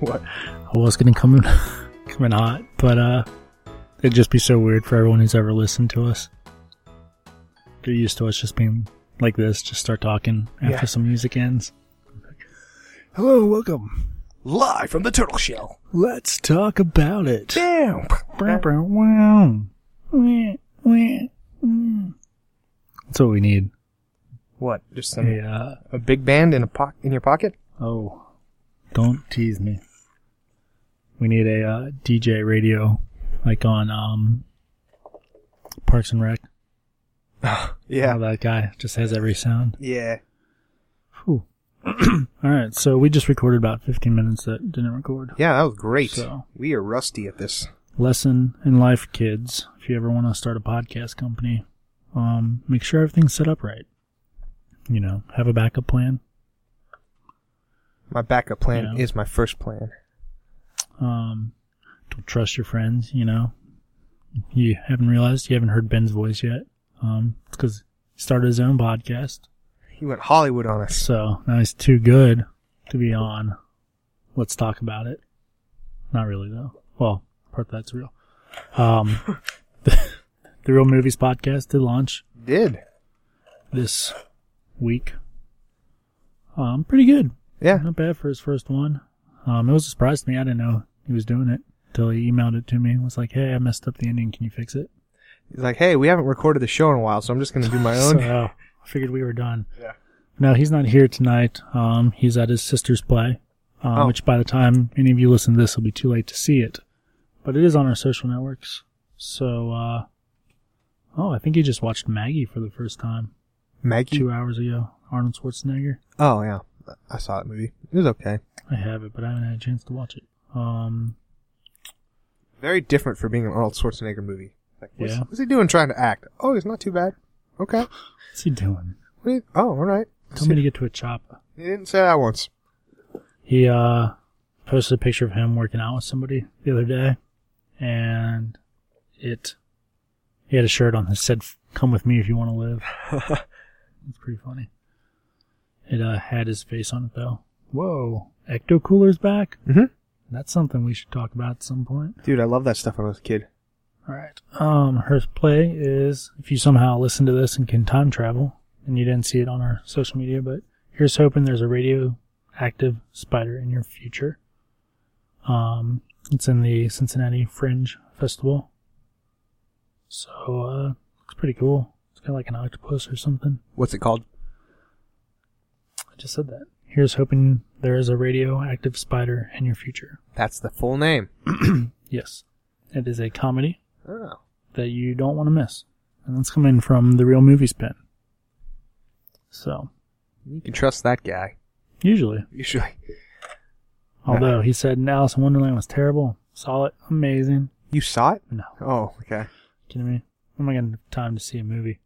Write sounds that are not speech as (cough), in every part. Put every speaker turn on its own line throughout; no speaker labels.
What?
I was gonna come (laughs) in, come in hot, but uh, it'd just be so weird for everyone who's ever listened to us. They're used to us just being like this, just start talking after
Yeah.
some music ends.
Hello, welcome.
Live from the turtle shell.
Let's talk about it.
Damn.
Brow, brow, wow. Wah, wah, wah. That's what we need.
What? Just some,
A, uh,
a big band in a po- in your
(sighs)
pocket?
oh, don't tease me. We need a uh, DJ radio, like on um, Parks and Rec.
Yeah.
How that guy just has every sound.
Yeah.
Whew. (clears throat) All right, so we just recorded about 15 minutes that didn't record.
Yeah, that was great.
So-
We are rusty at this.
Lesson in life, kids. If you ever want to start a podcast company, um, make sure everything's set up right. You know, have a backup plan.
My backup plan
Yeah.
is my first plan.
Um, don't trust your friends. You know, you haven't realized you haven't heard Ben's voice yet. Um, it's because he started his own podcast,
He went Hollywood on us.
so now he's too good to be on. Let's talk about it. Not really though. Well, part of that's real. Um, (laughs) the Real Movies podcast did launch
Did.
this week. Um, pretty good.
Yeah.
Not bad for his first one. Um, it was a surprise to me. I didn't know he was doing it until he emailed it to me and was like, "Hey, I messed up the ending. Can you fix it?"
He's like, hey, we haven't recorded the show in a while, so I'm just going to do my
Mm-hmm. (laughs) So
own.
I figured we were done.
Yeah.
No, he's not here tonight. Um, he's at his sister's play, um,
Oh.
which by the time any of you listen to this, it'll be too late to see it. But it is on our social networks. So, uh, oh, I think he just watched Maggie for the first time
Maggie?
two hours ago. Arnold Schwarzenegger.
Oh, yeah. I saw that movie. It was okay.
I have it, but I haven't had a chance to watch it. Um,
Very different for being an Arnold Schwarzenegger movie. Like, what's,
Yeah.
what's he doing trying to act? Oh, he's not too bad.
(sighs)
Okay.
what's he doing?
What do you- oh, all right.
Tell me to get to a chopper.
He didn't say that once.
He uh, posted a picture of him working out with somebody the other day, and it he had a shirt on that said "Come with me if you want to live."
(laughs) Mm-hmm.
It's pretty funny. It uh, had his face on it though. Whoa, Ecto Cooler's back.
Mhm.
That's something we should talk about at some point.
Dude, I love that stuff when I was a kid.
All right. Um, her play is if you somehow listen to this and can time travel, and you didn't see it on our social media, but here's hoping there's a radioactive spider in your future. Um, it's in the Cincinnati Fringe Festival. So, uh, it's pretty cool. It's kind of like an octopus or something.
What's it called?
I just said that. Here's hoping there is a radioactive spider in your future. (clears throat)
That's the full name.
Yes. It is a comedy.
Oh.
that you don't want to miss. And that's coming from the real movies pen. So,
You can trust that guy.
usually.
Usually.
Although he said Alice in Wonderland was terrible, solid, amazing.
You saw it?
No.
Oh, okay.
Kidding me? When am I going to have time to see a movie?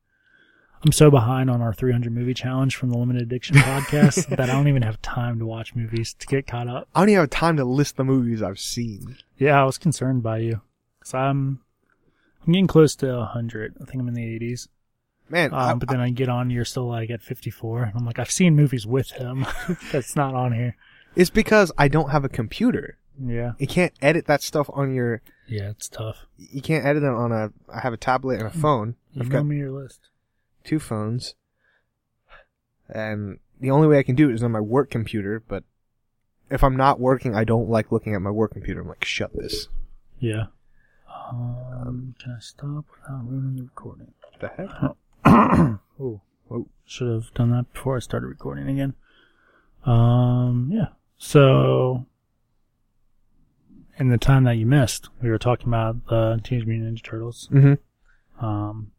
I'm so behind on our 300 movie challenge from the Limited Addiction podcast that I don't even have time to watch movies to get caught up.
I don't even have time to list the movies I've seen.
Yeah, I was concerned by you. Because I'm, I'm getting close to 100. I think I'm in the 80s.
Man, I,
Um, but then I get on, you're still like at 54. And I'm like, I've seen movies with him. (laughs) That's not on here.
it's because I don't have a computer.
Yeah.
You can't edit that stuff on your.
Yeah, it's tough.
You can't edit it on a. I have a tablet and a phone. I've
Email
got
me your list.
two phones. And the only way I can do it is on my work computer, but if I'm not working, I don't like looking at my work computer. I'm like, shut this.
Yeah. Um, can I stop without ruining the
(clears throat)
recording?
What the heck?
Oh,
Whoa.
should have done that before I started recording again. Um, yeah. So, in the time that you missed, we were talking about the Teenage Mutant Ninja Turtles.
Mm hmm.
Um,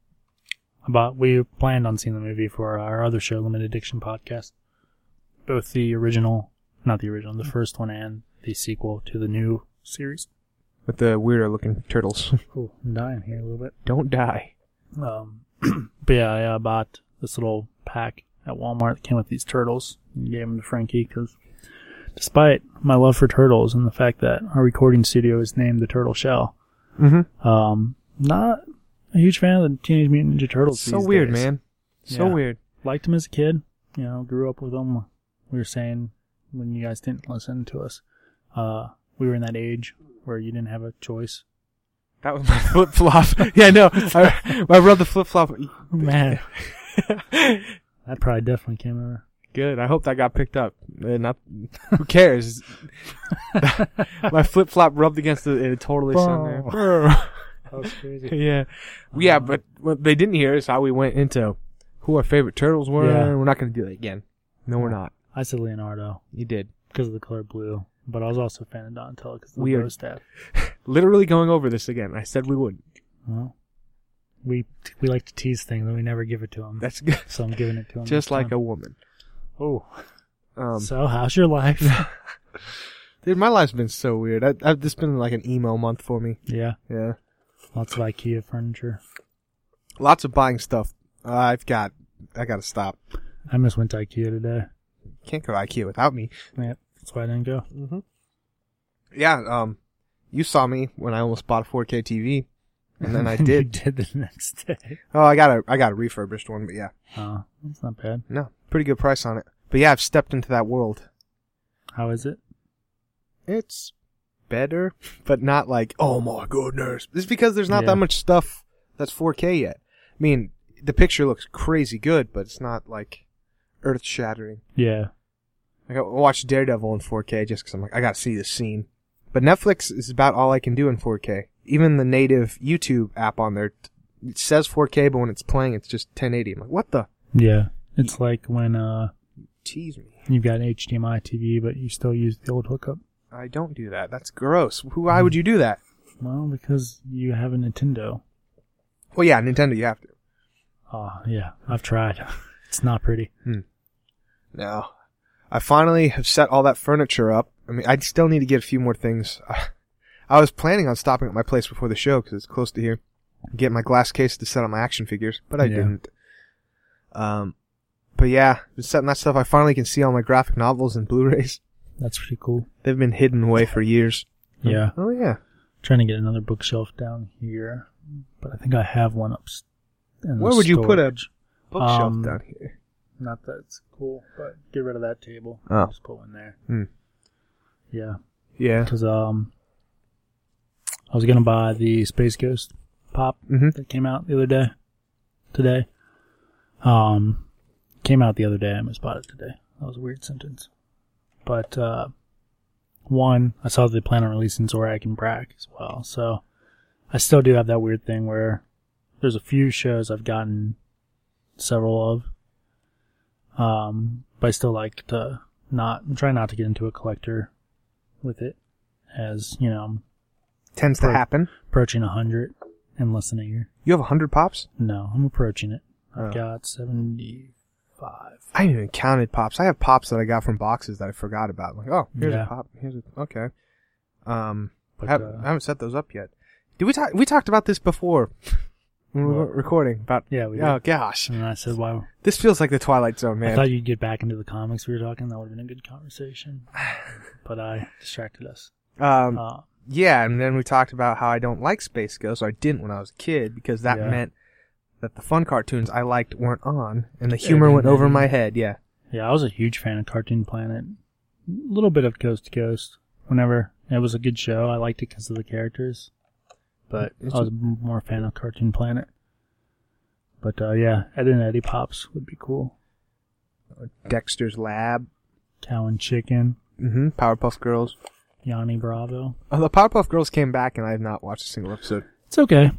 about we planned on seeing the movie for our other show, Limited Addiction Podcast. Both the original, not the original, the first one and the sequel to the new series.
With the weirder looking turtles. (laughs)
Oh, I'm dying here a little bit.
don't die.
Um, (clears throat) but yeah, I uh, bought this little pack at Walmart that came with these turtles and gave them to Frankie because despite my love for turtles and the fact that our recording studio is named the Turtle Shell,
Mm hmm.
um, not a huge fan of the Teenage Mutant Ninja Turtles.
So
these
weird,
days.
man. So
Yeah.
weird.
Liked them as a kid, you know, grew up with them. We were saying when you guys didn't listen to us, Uh, we were in that age where you didn't have a choice.
That was my (laughs) flip flop. yeah, no, I, I rubbed the flip flop.
Man, that probably definitely came over.
(laughs) Good. I hope that got picked up. Eh, not, who cares? (laughs) my flip flop rubbed against the. It totally sounded there. (laughs)
That was crazy.
yeah, yeah, but what they didn't hear is how we went into who our favorite turtles were.
Yeah.
We're not going to do that again. No, we're not.
(laughs) I said Leonardo
You did.
because of the color blue, but I was also a fan of Donatello because of the
Weird.
blue staff.
Literally going over this again. I said we would.
Well, we we like to tease things and we never give it to them.
That's good.
so I'm giving it to him.
Just like a woman.
a oh.
Um,
so how's your life? (laughs)
dude, my life's been so weird. I, I've just been like an emo month for me.
yeah,
Yeah.
lots of IKEA furniture.
Lots of buying stuff. Uh, I've got, I gotta stop.
I just went to IKEA today.
Can't go to IKEA without me.
Yeah, that's why I didn't go.
Mm-hmm. Yeah, um, you saw me when I almost bought a 4K TV. And
(laughs)
then I
you
did.
did the next day.
Oh, I got a, I got a refurbished one, but yeah.
Oh, that's not bad.
No, pretty good price on it. But yeah, I've stepped into that world.
How is it?
It's better, (laughs) but not like, oh my goodness. It's because there's not
Yeah.
that much stuff that's 4K yet. I mean, the picture looks crazy good, but it's not like earth shattering.
Yeah,
Like I watched Daredevil in 4K just because I'm like, I gotta see this scene. But Netflix is about all I can do in 4K. Even the native YouTube app on there, it says 4K, but when it's playing, it's just 1080. I'm like, what the?
yeah. It's like when uh
Tease me.
you've got an HDMI TV, but you still use the old hookup.
I don't do that. That's gross. Who? Why would you do that?
Well, because you have a Nintendo.
Well, yeah, Nintendo, you have to.
Oh, yeah, I've tried. (laughs) it's not pretty.
No. I finally have set all that furniture up. I mean, I still need to get a few more things. (sighs) I was planning on stopping at my place before the show because it's close to here. Get my glass case to set up my action figures, but I
Yeah.
didn't. Um, but yeah, been setting that stuff. I finally can see all my graphic novels and Blu-rays. (laughs)
That's pretty cool.
They've been hidden away for years.
(laughs) Yeah.
Oh yeah.
Trying to get another bookshelf down here, but I think I have one up. s- In the
Where would you put a
storage.
Bookshelf
Um,
down here.
Not that it's cool, but get rid of that table.
Oh.
Just put one there.
Hmm.
Yeah,
Yeah.
because um, I was gonna buy the Space Ghost pop
hmm
that came out the other day. Today, um, came out the other day. I almost bought it today. That was a weird sentence, but uh, one I saw that they plan on releasing Zorak and Brack as well. So I still do have that weird thing where there's a few shows I've gotten several of. Um, but I still like to not I'm trying not to get into a collector with it, as you know I'm
Tends to
Pro-
happen.
approaching a hundred in less than a year.
You have a hundred pops?
No, I'm approaching it. I've
Oh.
got 75.
I haven't even counted pops. I have pops that I got from boxes that I forgot about. like, oh, here's
Yeah.
a pop. Here's a okay. Um,
But,
I haven't,
uh,
I haven't set those up yet. Did we talk? We talked about this before (laughs) when we were
What?
recording about.
Yeah, we did.
Oh gosh,
And I said, "Wow,
(sighs) this feels like the Twilight Zone,
I
man.
thought you'd get back into the comics we were talking. That would have been a good
(sighs)
conversation." but I distracted us.
um,
Uh,
yeah, and then we talked about how I don't like Space Ghost, or I didn't when I was a kid, because that
Yeah.
meant that the fun cartoons I liked weren't on, and the humor went over my head. Yeah,
yeah, I was a huge fan of Cartoon Planet. A little bit of Coast to Coast. Whenever it was a good show, I liked it because of the characters. But
It's
I was m more a fan of Cartoon Planet. But uh, yeah, Ed and Eddie Pops would be cool.
Dexter's Lab,
Cow and Chicken,
hmm Powerpuff Girls.
Yanni Bravo.
Oh, the Powerpuff Girls came back, and I have not watched a single episode.
It's okay.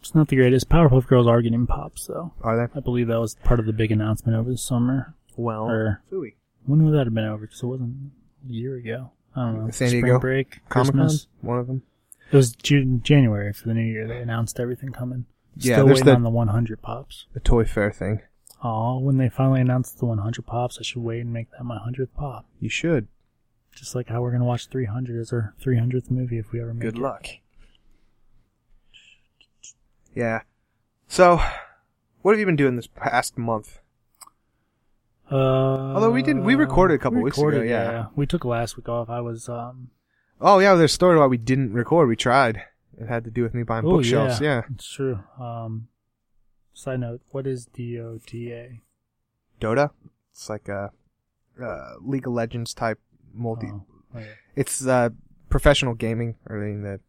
It's not the greatest. Powerpuff Girls are getting pops, though.
Are they?
I believe that was part of the big announcement over the summer.
Well,
Or
Phooey.
when would that have been over? Because it wasn't a year ago. I don't know.
San
Spring
Diego
break,
Comic Con,
Christmas.
one of them.
It was June, January for the new year. They announced everything coming.
Yeah,
Still
there's
waiting
the-
on the 100 pops.
The Toy Fair thing.
Oh, when they finally announced the 100 pops, I should wait and make that my 100th pop.
You should.
Just like how we're gonna watch 300 as our 300th movie if we ever make it.
Good luck. Yeah. So, what have you been doing this past month?
Uh, Although
we did- we recorded a couple weeks ago, yeah.
we took last week off. I was um,
Oh yeah, there's a story why we didn't record. We tried. It had to do with me buying
Oh,
bookshelves. Yeah.
It's true. Um, side note, what is DOTA?
Dota. It's like a uh, League of Legends type multi.
Oh, yeah.
It's uh, professional gaming. I mean, the,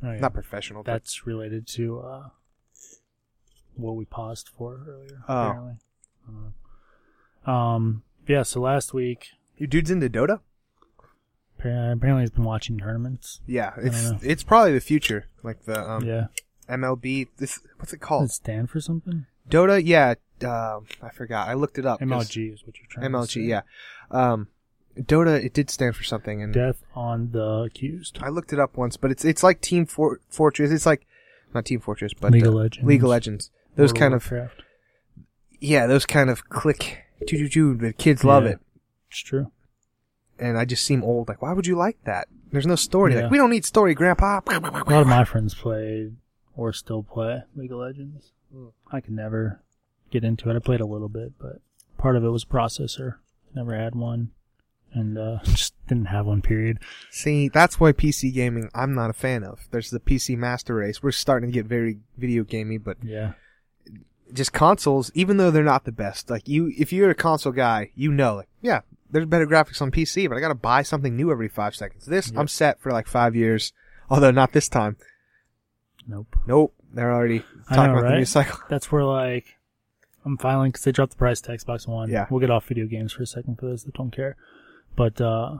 Oh, yeah.
not professional. but-
That's related to uh, what we paused for earlier.
Oh.
Apparently. I don't know. Um. Yeah. So last week,
you dudes into Dota?
appa- apparently, he's been watching tournaments.
Yeah, it's
know.
it's probably the future. Like the um, oh.
yeah.
MLB. This what's it
Does
called?
it stand for something?
Dota. Yeah, um, I forgot. I looked it up. 'cause-
MLG is what you're trying. to say.
MLG. Yeah. Um, Dota. It did stand for something, and
Death on the accused.
I looked it up once. But it's it's like Team For- Fortress. It's like not Team Fortress, but
League
uh,
of Legends.
League of Legends. Those
World
kind of
Warcraft.
yeah, those kind of click. doo-doo-doo, The kids love
Yeah.
it,
It's true.
and I just seem old. Like, why would you like that? There's no story.
Yeah.
Like, we don't need story, Grandpa.
A lot of my friends played or still play League of Legends. I could never get into it. I played a little bit, but part of it was processor. Never had one, and uh, (laughs) just didn't have one. Period.
See, that's why PC gaming I'm not a fan of. There's the PC master race. We're starting to get very video gamey, but
Yeah,
just consoles, even though they're not the best, like you, if you're a console guy, you know, like, yeah, there's better graphics on PC, but I gotta buy something new every five seconds. This, I'm set for like five years, although not this time.
nope.
Nope, they're already
I
talking
know,
about the new
right?
cycle. (laughs)
That's where like I'm filing because they dropped the price to Xbox One.
Yeah.
we'll get off video games for a second for those that don't care, but uh,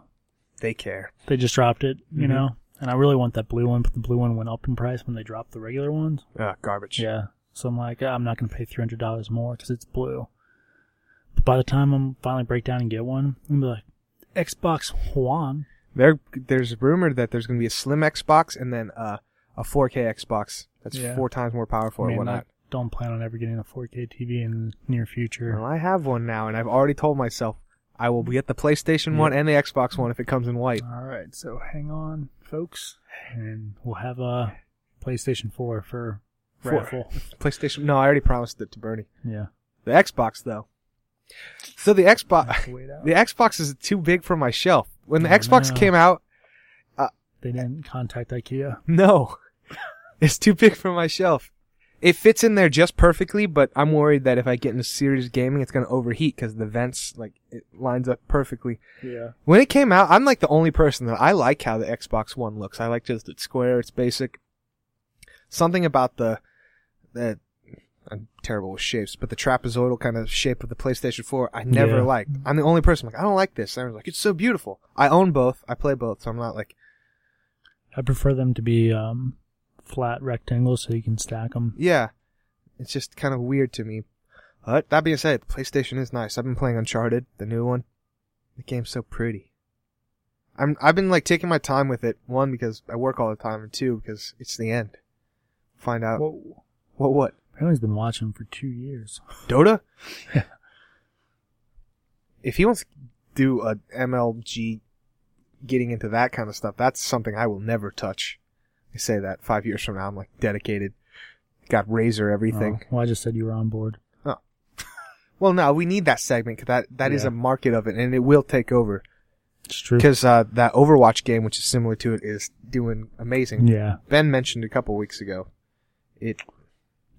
They care.
they just dropped it. You
Mhm.
know, and I really want that blue one, but the blue one went up in price when they dropped the regular ones.
Ah, garbage.
Yeah. So I'm like, "Ah, I'm not going to pay $300 more because it's blue. But by the time I'm finally break down and get one, I'm gonna be like, Xbox One.
There, there's rumored that there's gonna be a slim Xbox and then, uh, a 4K Xbox that's
Yeah.
four times more powerful
I
or
mean, I
whatnot.
don't plan on ever getting a 4K TV in the near future.
Well, I have one now, and I've already told myself I will get the PlayStation
Yeah.
one and the Xbox one if it comes in white.
All right. So hang on, folks, and we'll have a PlayStation 4 for (laughs)
Four.
raffle.
PlayStation. No, I already promised it to Bernie.
Yeah. (laughs)
The Xbox though. So the Xbox, (laughs)
Wait out.
the Xbox is too big for my shelf. When the
Oh,
Xbox
no.
came out,
They didn't contact IKEA.
no, (laughs) it's too big for my shelf. It fits in there just perfectly, but I'm worried that if I get into serious gaming, it's gonna overheat because the vents like it lines up perfectly.
Yeah.
When it came out, I'm like the only person that I like how the Xbox One looks. I like just it's square, it's basic. Something about the the I'm terrible with shapes, but the trapezoidal kind of shape of the PlayStation 4, I never
Yeah.
liked. I'm the only person like I don't like this. And I was like, it's so beautiful. I own both. I play both, so I'm not like
I prefer them to be um, flat rectangles so you can stack them.
yeah. It's just kind of weird to me. But that being said, the PlayStation is nice. I've been playing Uncharted, the new one. The game's so pretty. I'm I've been like taking my time with it. One because I work all the time, and two because it's the end. Find out
Whoa.
what what
Apparently, he's been watching for two years.
Dota. if he wants to do a MLG, getting into that kind of stuff, that's something I will never touch. I say that five years from now, I'm like dedicated. Got Razor everything.
Oh, well, I just said you were on board.
Well, no, we need that segment 'cause that that is
Yeah.
a market of it, and it will take over.
It's true.
Because uh, that Overwatch game, which is similar to it, is doing amazing.
Yeah.
Ben mentioned a couple weeks ago. It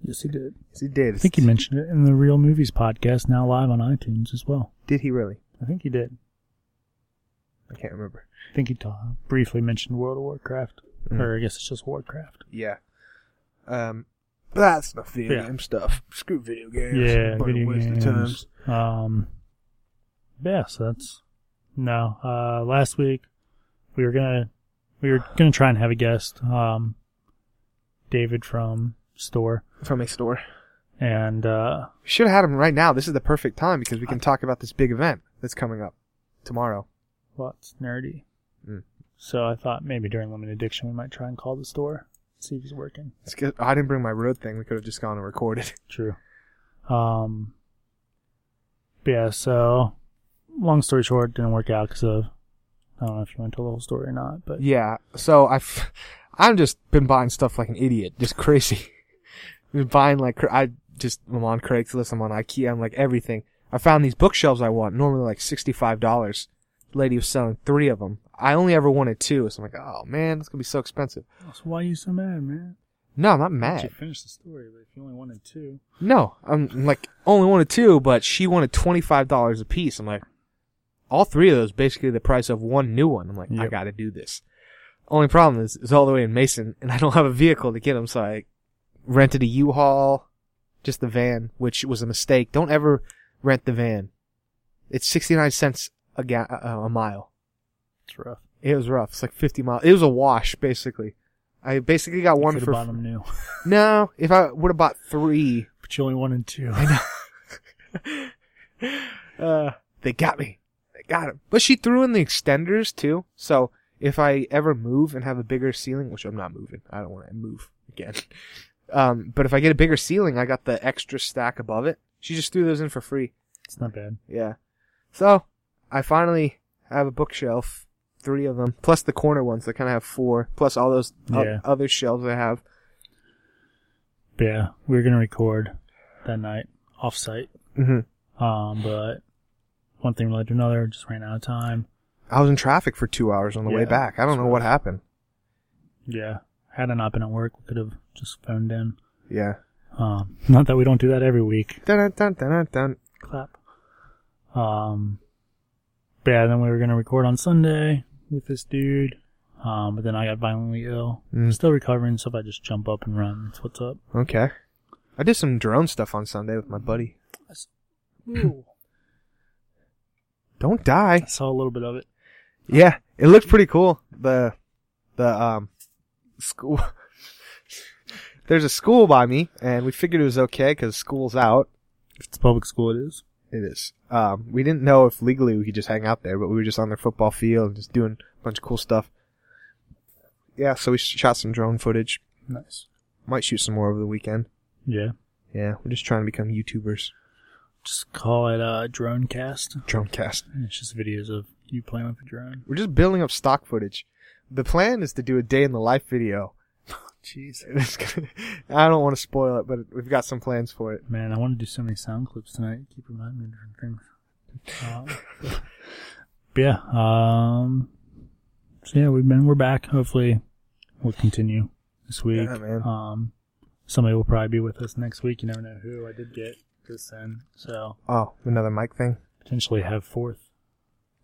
Yes, he did.
yes, it did.
I think he mentioned it in the Real Movies podcast, now live on iTunes as well.
did he really?
I think he did.
I can't remember.
I think he ta- briefly mentioned World of Warcraft, or I guess it's just Warcraft.
Yeah. Um, but that's not video
Yeah.
game stuff. Screw video games.
Yeah,
What a
video
waste of time.
games. Um, yeah, so that's no. Uh, last week we were gonna we were gonna try and have a guest, um, David from Store,
From a store.
and uh,
We should have had him right now. This is the perfect time because we can talk about this big event that's coming up tomorrow.
What's nerdy?
Mm.
So I thought maybe during limited addiction we might try and call the store, see if he's working.
It's good. I didn't bring my road thing. We could have just gone and recorded.
True. Um. but yeah. So, long story short, didn't work out because of. I don't know if you want to tell the whole story or not, but
Yeah. So (laughs) I've, I'm just been buying stuff like an idiot, just crazy. (laughs) been buying like cra- I just I'm on Craigslist, I'm on IKEA, I'm like everything. I found these bookshelves I want, normally like sixty five dollars. Lady was selling three of them. I only ever wanted two, so I'm like, oh man, that's gonna be so expensive.
so why are you so mad, man?
No, I'm not
You
mad.
finished the story, but if you only wanted two,
No, I'm I'm like only wanted two, but she wanted twenty five dollars a piece. I'm like, all three of those basically the price of one new one. I'm like, I
Yep.
gotta do this. Only problem is it's all the way in Mason, and I don't have a vehicle to get him, so I rented a U-Haul, just the van, which was a mistake. Don't ever rent the van. It's 69 cents a, ga- uh, a mile.
It's rough.
It was rough. It's like 50 miles. It was a wash, basically. I basically got one
Could've
for.
bought 'em new,
No, if I would have bought three,
(laughs) but you only wanted two.
uh, they got me. They got him. But she threw in the extenders too. So if I ever move and have a bigger ceiling, which I'm not moving, I don't want to move again. (laughs) Um, but if I get a bigger ceiling, I got the extra stack above it. She just threw those in for free.
It's not bad.
Yeah. So I finally have a bookshelf, three of them, plus the corner ones that kind of have four, plus all those o-
Yeah.
other shelves I have.
But yeah, we were gonna record that night off site,
Mm-hmm.
um, but one thing led to another. Just ran out of time.
I was in traffic for two hours on the way
Yeah,
back. I don't
that's
know what
rough.
happened.
Yeah, had I not been at work, we could have just phoned in.
Yeah.
Um, (laughs) not that we don't do that every week.
Dun dun dun dun dun.
clap. Um, but yeah, then we were gonna record on Sunday with this dude. Um, but then I got violently ill.
Mm.
Still recovering, so if I just jump up and run, that's what's up.
Okay. I did some drone stuff on Sunday with my buddy. Don't
(laughs) I
die.
saw a little bit of it.
Yeah, it looked pretty cool. The the um school. (laughs) There's a school by me, and we figured it was okay because school's out.
If it's public school, it is.
It is. Um, we didn't know if legally we could just hang out there, but we were just on their football field and just doing a bunch of cool stuff. Yeah, so we sh- shot some drone footage.
Nice.
Might shoot some more over the weekend.
Yeah.
Yeah, we're just trying to become YouTubers.
Just call it uh, drone cast.
Dronecast.
And it's just videos of you playing with a
(laughs)
drone.
We're just building up stock footage. The plan is to do a day in the life video. (laughs)
Jeez.
It's gonna- I don't want to spoil it, but we've got some plans for it.
Man, I want to do so many sound clips tonight. Keep reminding me of different things. Um, but (laughs) yeah. Um, so yeah, we've been we're back. Hopefully, we'll continue this week.
Yeah, man.
Um, somebody will probably be with us next week. You never know who. I did get this in, so
Oh, another mic thing.
potentially have fourth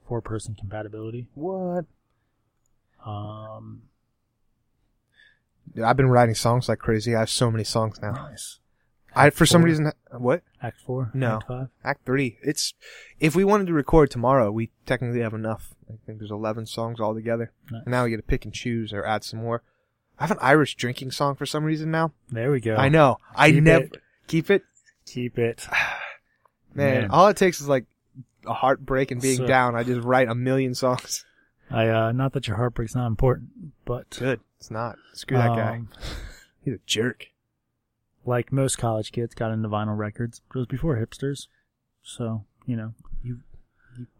four person compatibility.
What?
Um,
Dude, I've been writing songs like crazy. I have so many songs
(gasps)
now.
nice.
I for some
Four.
reason what
Act four.
No.
Act five.
Act three. It's if we wanted to record tomorrow, we technically have enough. I think there's 11 songs all together.
Nice.
And now we get to pick and choose or add some more. I have an Irish drinking song for some reason now.
There we go.
I know. I
Keep
never
it.
keep it.
Keep it.
Man,
Man.
all it takes is like a heartbreak and being
So-
down. I just write a million songs. (laughs)
I uh, not that your heartbreak's not important, but
Good. It's not. Screw that guy.
um,
He's a jerk.
like most college kids, got into vinyl records. It was before hipsters, so you know.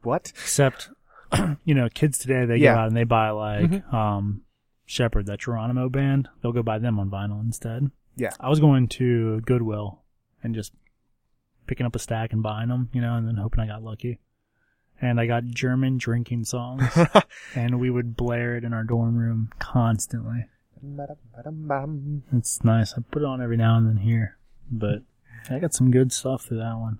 What?
Except, (clears throat) you know, kids today they
Yeah.
go out and they buy like
Mhm.
um, Shepherd, that Geronimo band. They'll go buy them on vinyl instead.
Yeah. (laughs)
I was going to Goodwill and just picking up a stack and buying them, you know, and then hoping I got lucky. And I got German drinking songs, and we would blare it in our dorm room constantly. It's nice. I put it on every now and then here, but I got some good stuff through that one.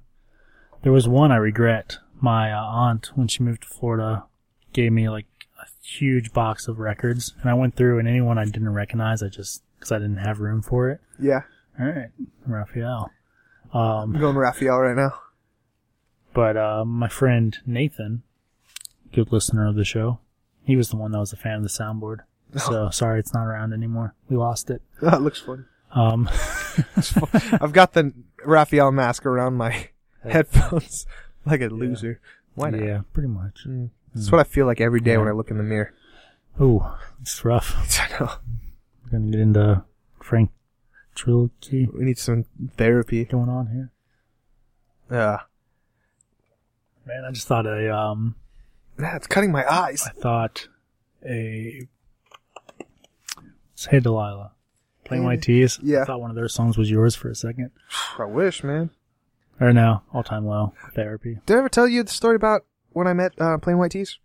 There was one I regret. My uh, aunt, when she moved to Florida, gave me like a huge box of records, and I went through, and anyone I didn't recognize, I just because I didn't have room for it.
yeah.
All right, Raphael.
I'm
Um,
going Raphael right now. (laughs)
but uh, my friend Nathan, good listener of the show, he was the one that was a fan of the soundboard. So sorry, it's not around anymore. We lost it.
Oh, it looks fun.
Um, (laughs)
I've got the Raphael mask around my headphones (laughs) like a loser. Why not?
yeah, pretty much.
Mm. That's what I feel like every day when I look in the mirror. (laughs)
Ooh, it's rough.
I know.
We're gonna get into Frank trilogy
We need some therapy.
going on here.
Yeah.
Man, I just thought a um,
Nah, it's cutting my eyes. (sighs)
I thought a Hey Delilah, Plain White Tees.
Yeah.
I thought one of their songs was yours for a second.
I wish, man.
Or no, All Time Low, Therapy.
Did I ever tell you the story about when I met uh, Plain White Tees?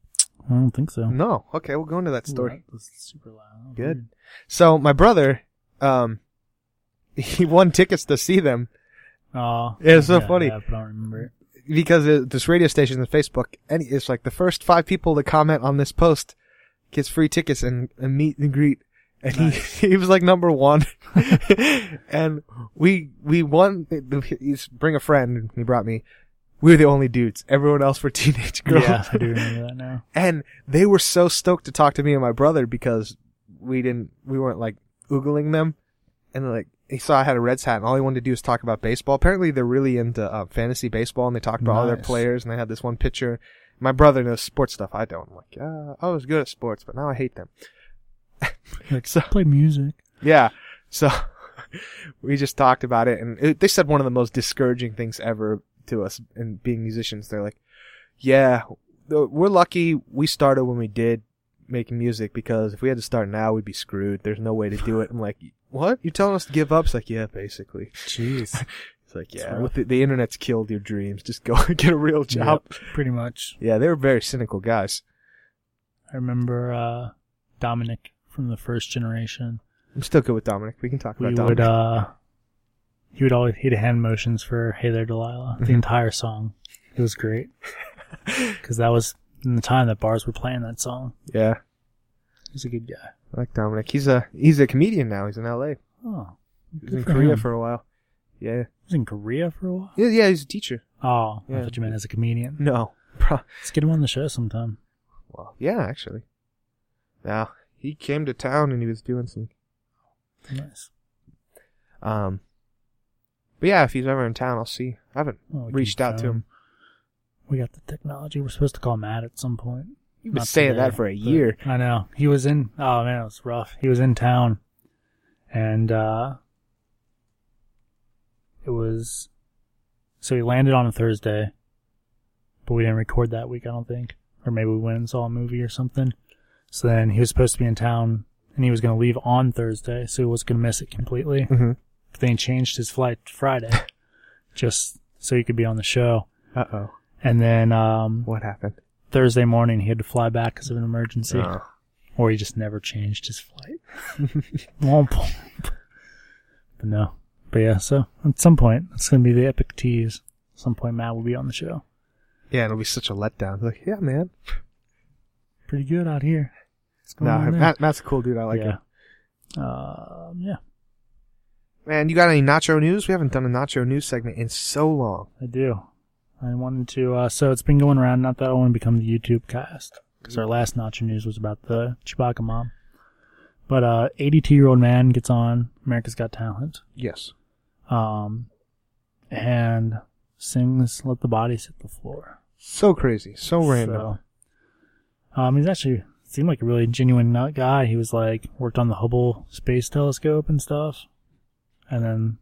I don't think so.
No. Okay, we'll go into that story.
Ooh, that was super loud.
Good. So my brother, um, (laughs) he won tickets to see them
Aw.
Yeah, it's so funny.
Yeah, but I don't remember it.
because it, this radio station and Facebook, and it's like the first five people to comment on this post gets free tickets and, and meet and greet. And (laughs) he, he was like number one. (laughs) and we, we won, he's bring a friend, and he brought me. We were the only dudes. Everyone else were teenage (laughs) girls.
Yeah, I do remember that
(laughs)
now.
And they were so stoked to talk to me and my brother because we didn't, we weren't like oogling them. And like, he saw I had a Reds hat and all he wanted to do was talk about baseball. Apparently they're really into uh, fantasy baseball and they talked about all their
Nice.
players and they had this one pitcher. My brother knows sports stuff. I don't. I'm like, uh, I was good at sports, but now I hate them.
Like,
So-
play music.
Yeah. So (laughs) we just talked about it and it, they said one of the most discouraging things ever to us and being musicians. They're like, yeah, th- we're lucky we started when we did making music because if we had to start now, we'd be screwed. There's no way to do it. I'm like, what? You're telling us to give up? It's like, yeah, basically.
(laughs) Jeez.
It's like,
That's
yeah,
rough.
with the, the internet's killed your dreams. Just go (laughs) and get a real job.
pretty much.
Yeah, they were very cynical guys.
I remember uh, Dominic from the first generation.
I'm still good with Dominic. We can talk about
we
Dominic.
would uh he would always he'd hand motions for hey there delilah
Mm-hmm.
the entire song it was
(laughs)
great because that was in the time that bars were playing that song
yeah,
he's a good guy
I like Dominic. He's a he's a comedian now. He's in L.A.
oh
He
good
was in
for
Korea
him.
for a while. Yeah.
he was in korea for a while
Yeah, yeah, he's a teacher.
oh
Yeah.
i thought you meant as a comedian
No. Pro-
let's get him on the show sometime
well, yeah, actually. Now, he came to town and he was doing some
nice
um But yeah, if he's ever in town, I'll see. I haven't
Well, we can
reached out to
phone.
him.
we got the technology we're supposed to call matt at some point
You've been
Not
saying that
today,
for a
but- (laughs)
year.
I know. He was in. Oh man, it was rough. He was in town, and uh, it was. So he landed on a Thursday, but we didn't record that week. I don't think, or maybe we went and saw a movie or something. So then he was supposed to be in town, and he was going to leave on Thursday, so he was going to miss it completely.
Mm-hmm.
But then he changed his flight to
(laughs)
Friday, just so he could be on the show.
Uh oh.
And then um,
What happened?
Thursday morning he had to fly back because of an emergency
Oh.
or he just never changed his flight. (laughs) Womp womp. But no. But yeah, so at some point, it's going to be the epic tease. At some point, Matt will be on the show.
Yeah, it'll be such a letdown. Like, yeah, man.
Pretty good out here. What's going
No,
on there?
Matt, Matt's a cool dude. I like
yeah.
him.
Um, yeah,
Man, you got any nacho news? We haven't done a nacho news segment in so long.
I do. I wanted to, uh, so it's been going around. Not that I want to become the YouTube cast because our last Nacho News was about the Chewbacca mom. But, uh, 82 year old man gets on America's Got Talent.
Yes.
um, and sings "Let the Bodies Hit the Floor."
So crazy. So random.
So, um, he's actually seemed like a really genuine nut guy. He was like worked on the Hubble Space Telescope and stuff, and then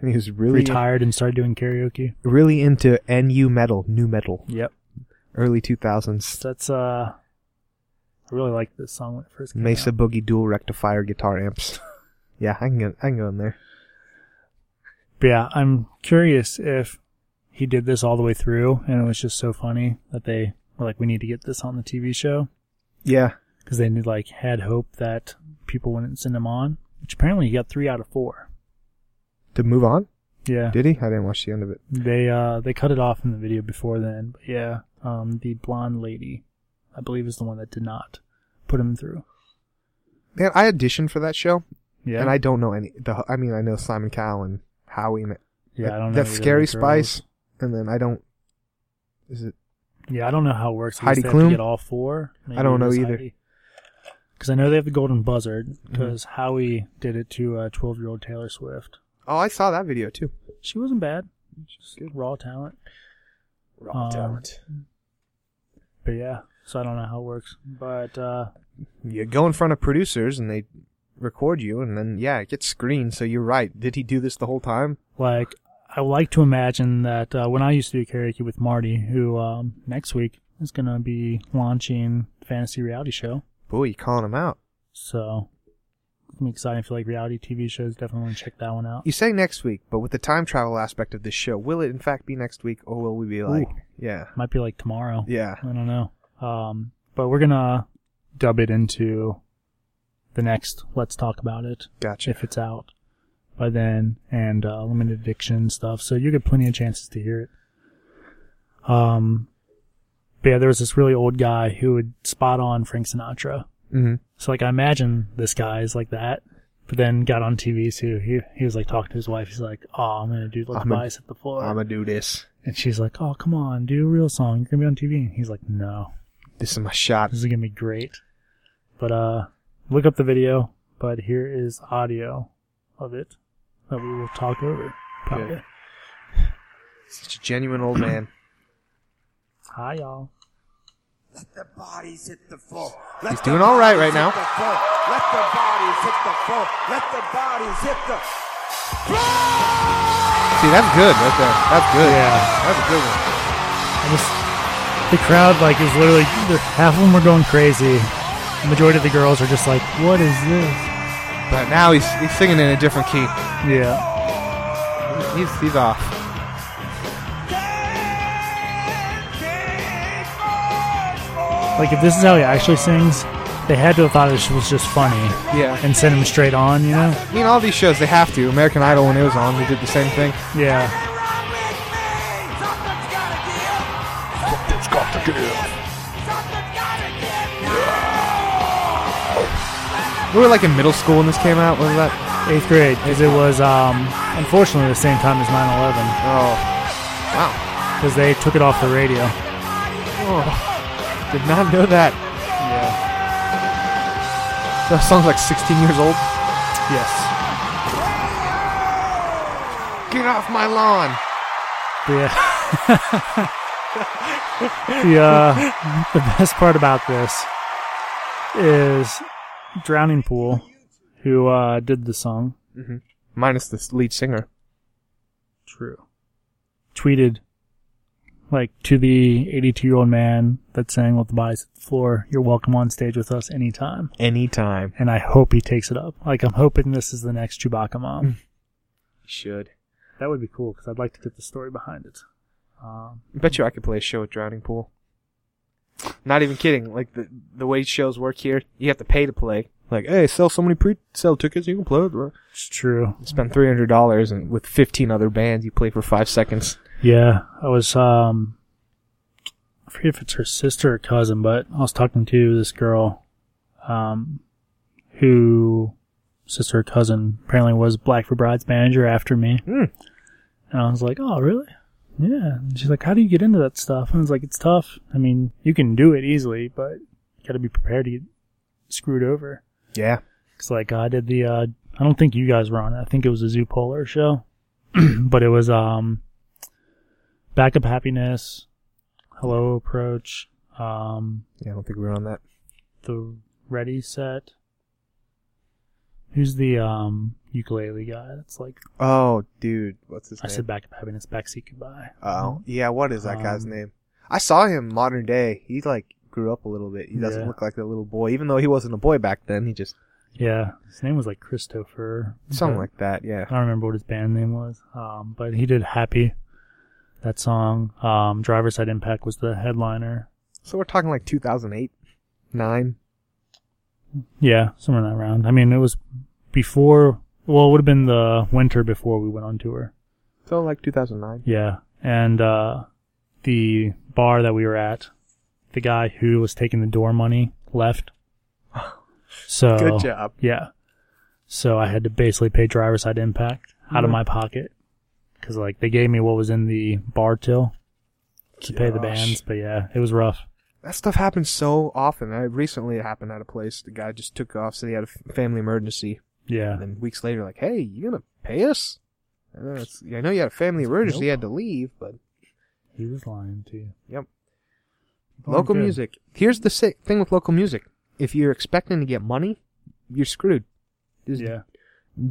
And he was really
retired and started doing karaoke.
really into NU metal, new metal,
Yep,
early 2000s.
so that's uh, I really liked this song when it first came
Mesa
out.
Boogie dual rectifier guitar amps. (laughs) yeah, I can go, I can go in there.
But yeah, I'm curious if he did this all the way through, and it was just so funny that they were like, "We need to get this on the TV show."
Yeah,
because they knew, like had hope that people wouldn't send him on. Which apparently he got three out of four.
to move on.
Yeah,
Did he? I didn't watch the end of it.
they uh they cut it off in the video before then. But yeah, um, the blonde lady, I believe, is the one that did not put him through.
Man, I auditioned for that show,
Yeah,
and I don't know any. The I mean, I know Simon Cowell and Howie. And
yeah
that,
I don't know
That
either of
Scary
the girls.
Spice, and then I don't. Is it?
Yeah, I don't know how it works. I guess
Heidi
they have to
Klum?
get all four.
I don't know either. Mm-hmm.
Because I know they have the golden buzzard. Because Howie did it to uh, twelve-year-old Taylor Swift.
Oh, I saw that video too.
She wasn't bad. She's good raw talent.
Raw
Um, talent. But yeah, so I don't know how it works. But uh,
You go in front of producers, and they record you, and then yeah, it gets screened. So you're right. Did he do this the whole time?
like, I like to imagine that uh, when I used to do karaoke with Marty, who um, next week is going to be launching Fantasy Reality Show.
Boy, you calling him out.
So I'm excited. I feel like reality TV shows definitely want to check that one out.
You say next week, but with the time travel aspect of this show, will it in fact be next week, or will we be like,
Ooh.
yeah,
Might be like tomorrow.
yeah?
I don't know. Um, but we're going to dub it into the next Let's Talk About It.
Gotcha.
if it's out by then, and uh, limited edition stuff. So you get plenty of chances to hear it. Um, but yeah, there was this really old guy who would spot on Frank Sinatra
hmm
So like I imagine this guy is like that, but then got on TV, so he he was like talking to his wife. He's like, "Oh, I'm gonna do let the
I'm a-
bodies hit the floor,"
I'ma do this.
and she's like, "Oh, come on, do a real song. You're gonna be on TV." And he's like, "No,
This is my shot.
this is gonna be great." But uh, look up the video. But here is audio of it that we will talk over. Probably.
Yeah. Such a genuine old man.
Hi, y'all.
Let the bodies hit the floor. Let
He's
the
doing all right
bodies
right now.
hit the floor. Let the bodies hit the floor. Let the bodies hit the
See, that's good right there. That's good.
Yeah.
That's a good one.
I just the crowd like is literally they're- half of them are going crazy. The majority of the girls are just like, "What is this?"
But now he's he's singing in a different key.
Yeah.
He's he's off.
Like if this is how he actually sings, they had to have thought it was just funny
Yeah.
and sent him straight on, you know?
I mean, all these shows they have to. American Idol when it was on, they did the same thing.
Yeah.
Something's got to give.
We were like in middle school when this came out. What was that?
Eighth grade, because it was um, unfortunately the same time as 9/11,
Oh, wow.
because they took it off the radio.
Oh, did not know that.
Yeah.
That song's like 16 years old.
Yes.
Get off my lawn.
Yeah. (laughs) the uh, the best part about this is Drowning Pool, who uh, did the song.
Minus the lead singer.
True. Tweeted, like, to the 82 year old man that sang Let the Bodies Hit the Floor, you're welcome on stage with us anytime.
Anytime.
And I hope he takes it up. Like, I'm hoping this is the next Chewbacca mom.
Should.
that would be cool because I'd like to get the story behind it. Um,
I bet you I could play a show at Drowning Pool. Not even kidding. Like the the way shows work here, you have to pay to play. Like, hey, sell so many pre-sale tickets, you can play. with-
it's true.
Spend three hundred dollars, and with fifteen other bands, you play for five seconds.
Yeah, I was um I forget if it's her sister or cousin, but I was talking to this girl um who sister or cousin apparently was Black for Bride's manager after me.
Hmm.
And I was like, Oh really? Yeah. And she's like, How do you get into that stuff? And I was like, It's tough. I mean, you can do it easily, but you gotta be prepared to get screwed over.
Yeah.
Cause like I did the, uh, I don't think you guys were on it. I think it was a Zoo Polar show, (clears throat) but it was um, backup happiness, hello approach, um,
Yeah, I don't think we were on that.
the ready set. Who's the um ukulele guy? That's like
Oh, dude, what's his
I
name?
said, backup happiness, backseat goodbye.
oh, yeah. What is that guy's
Mm-hmm. Um,
name? I saw him modern day. He like grew up a little bit. He doesn't
Yeah. Mm-hmm.
look like a little boy, even though he wasn't a boy back then. He just
Yeah, his name was like Christopher.
something
but
like that. Yeah.
I don't remember what his band name was. Um, but he did happy. That song, um, Driver's Side Impact was the headliner.
So we're talking like 2008, nine.
Yeah, somewhere in that round. I mean, it was before. Well, it would have been the winter before we went on tour.
So like 2009.
Yeah, and uh, the bar that we were at, the guy who was taking the door money left. (sighs) So
Good job.
Yeah. So I had to basically pay driver's side impact out of
Mhm.
my pocket because like they gave me what was in the bar till to pay the
Gosh.
bands. But yeah, it was rough.
That stuff happens so often. I recently it happened at a place. The guy just took off, said he had a f- family emergency,
Yeah.
and then weeks later, like, "Hey, you gonna pay us?" I know, it's, I know you had a family emergency, you had to leave, but
He was lying to you.
yep.
Oh,
local
good.
music. Here's the si- thing with local music: if you're expecting to get money, you're screwed. Just
Yeah.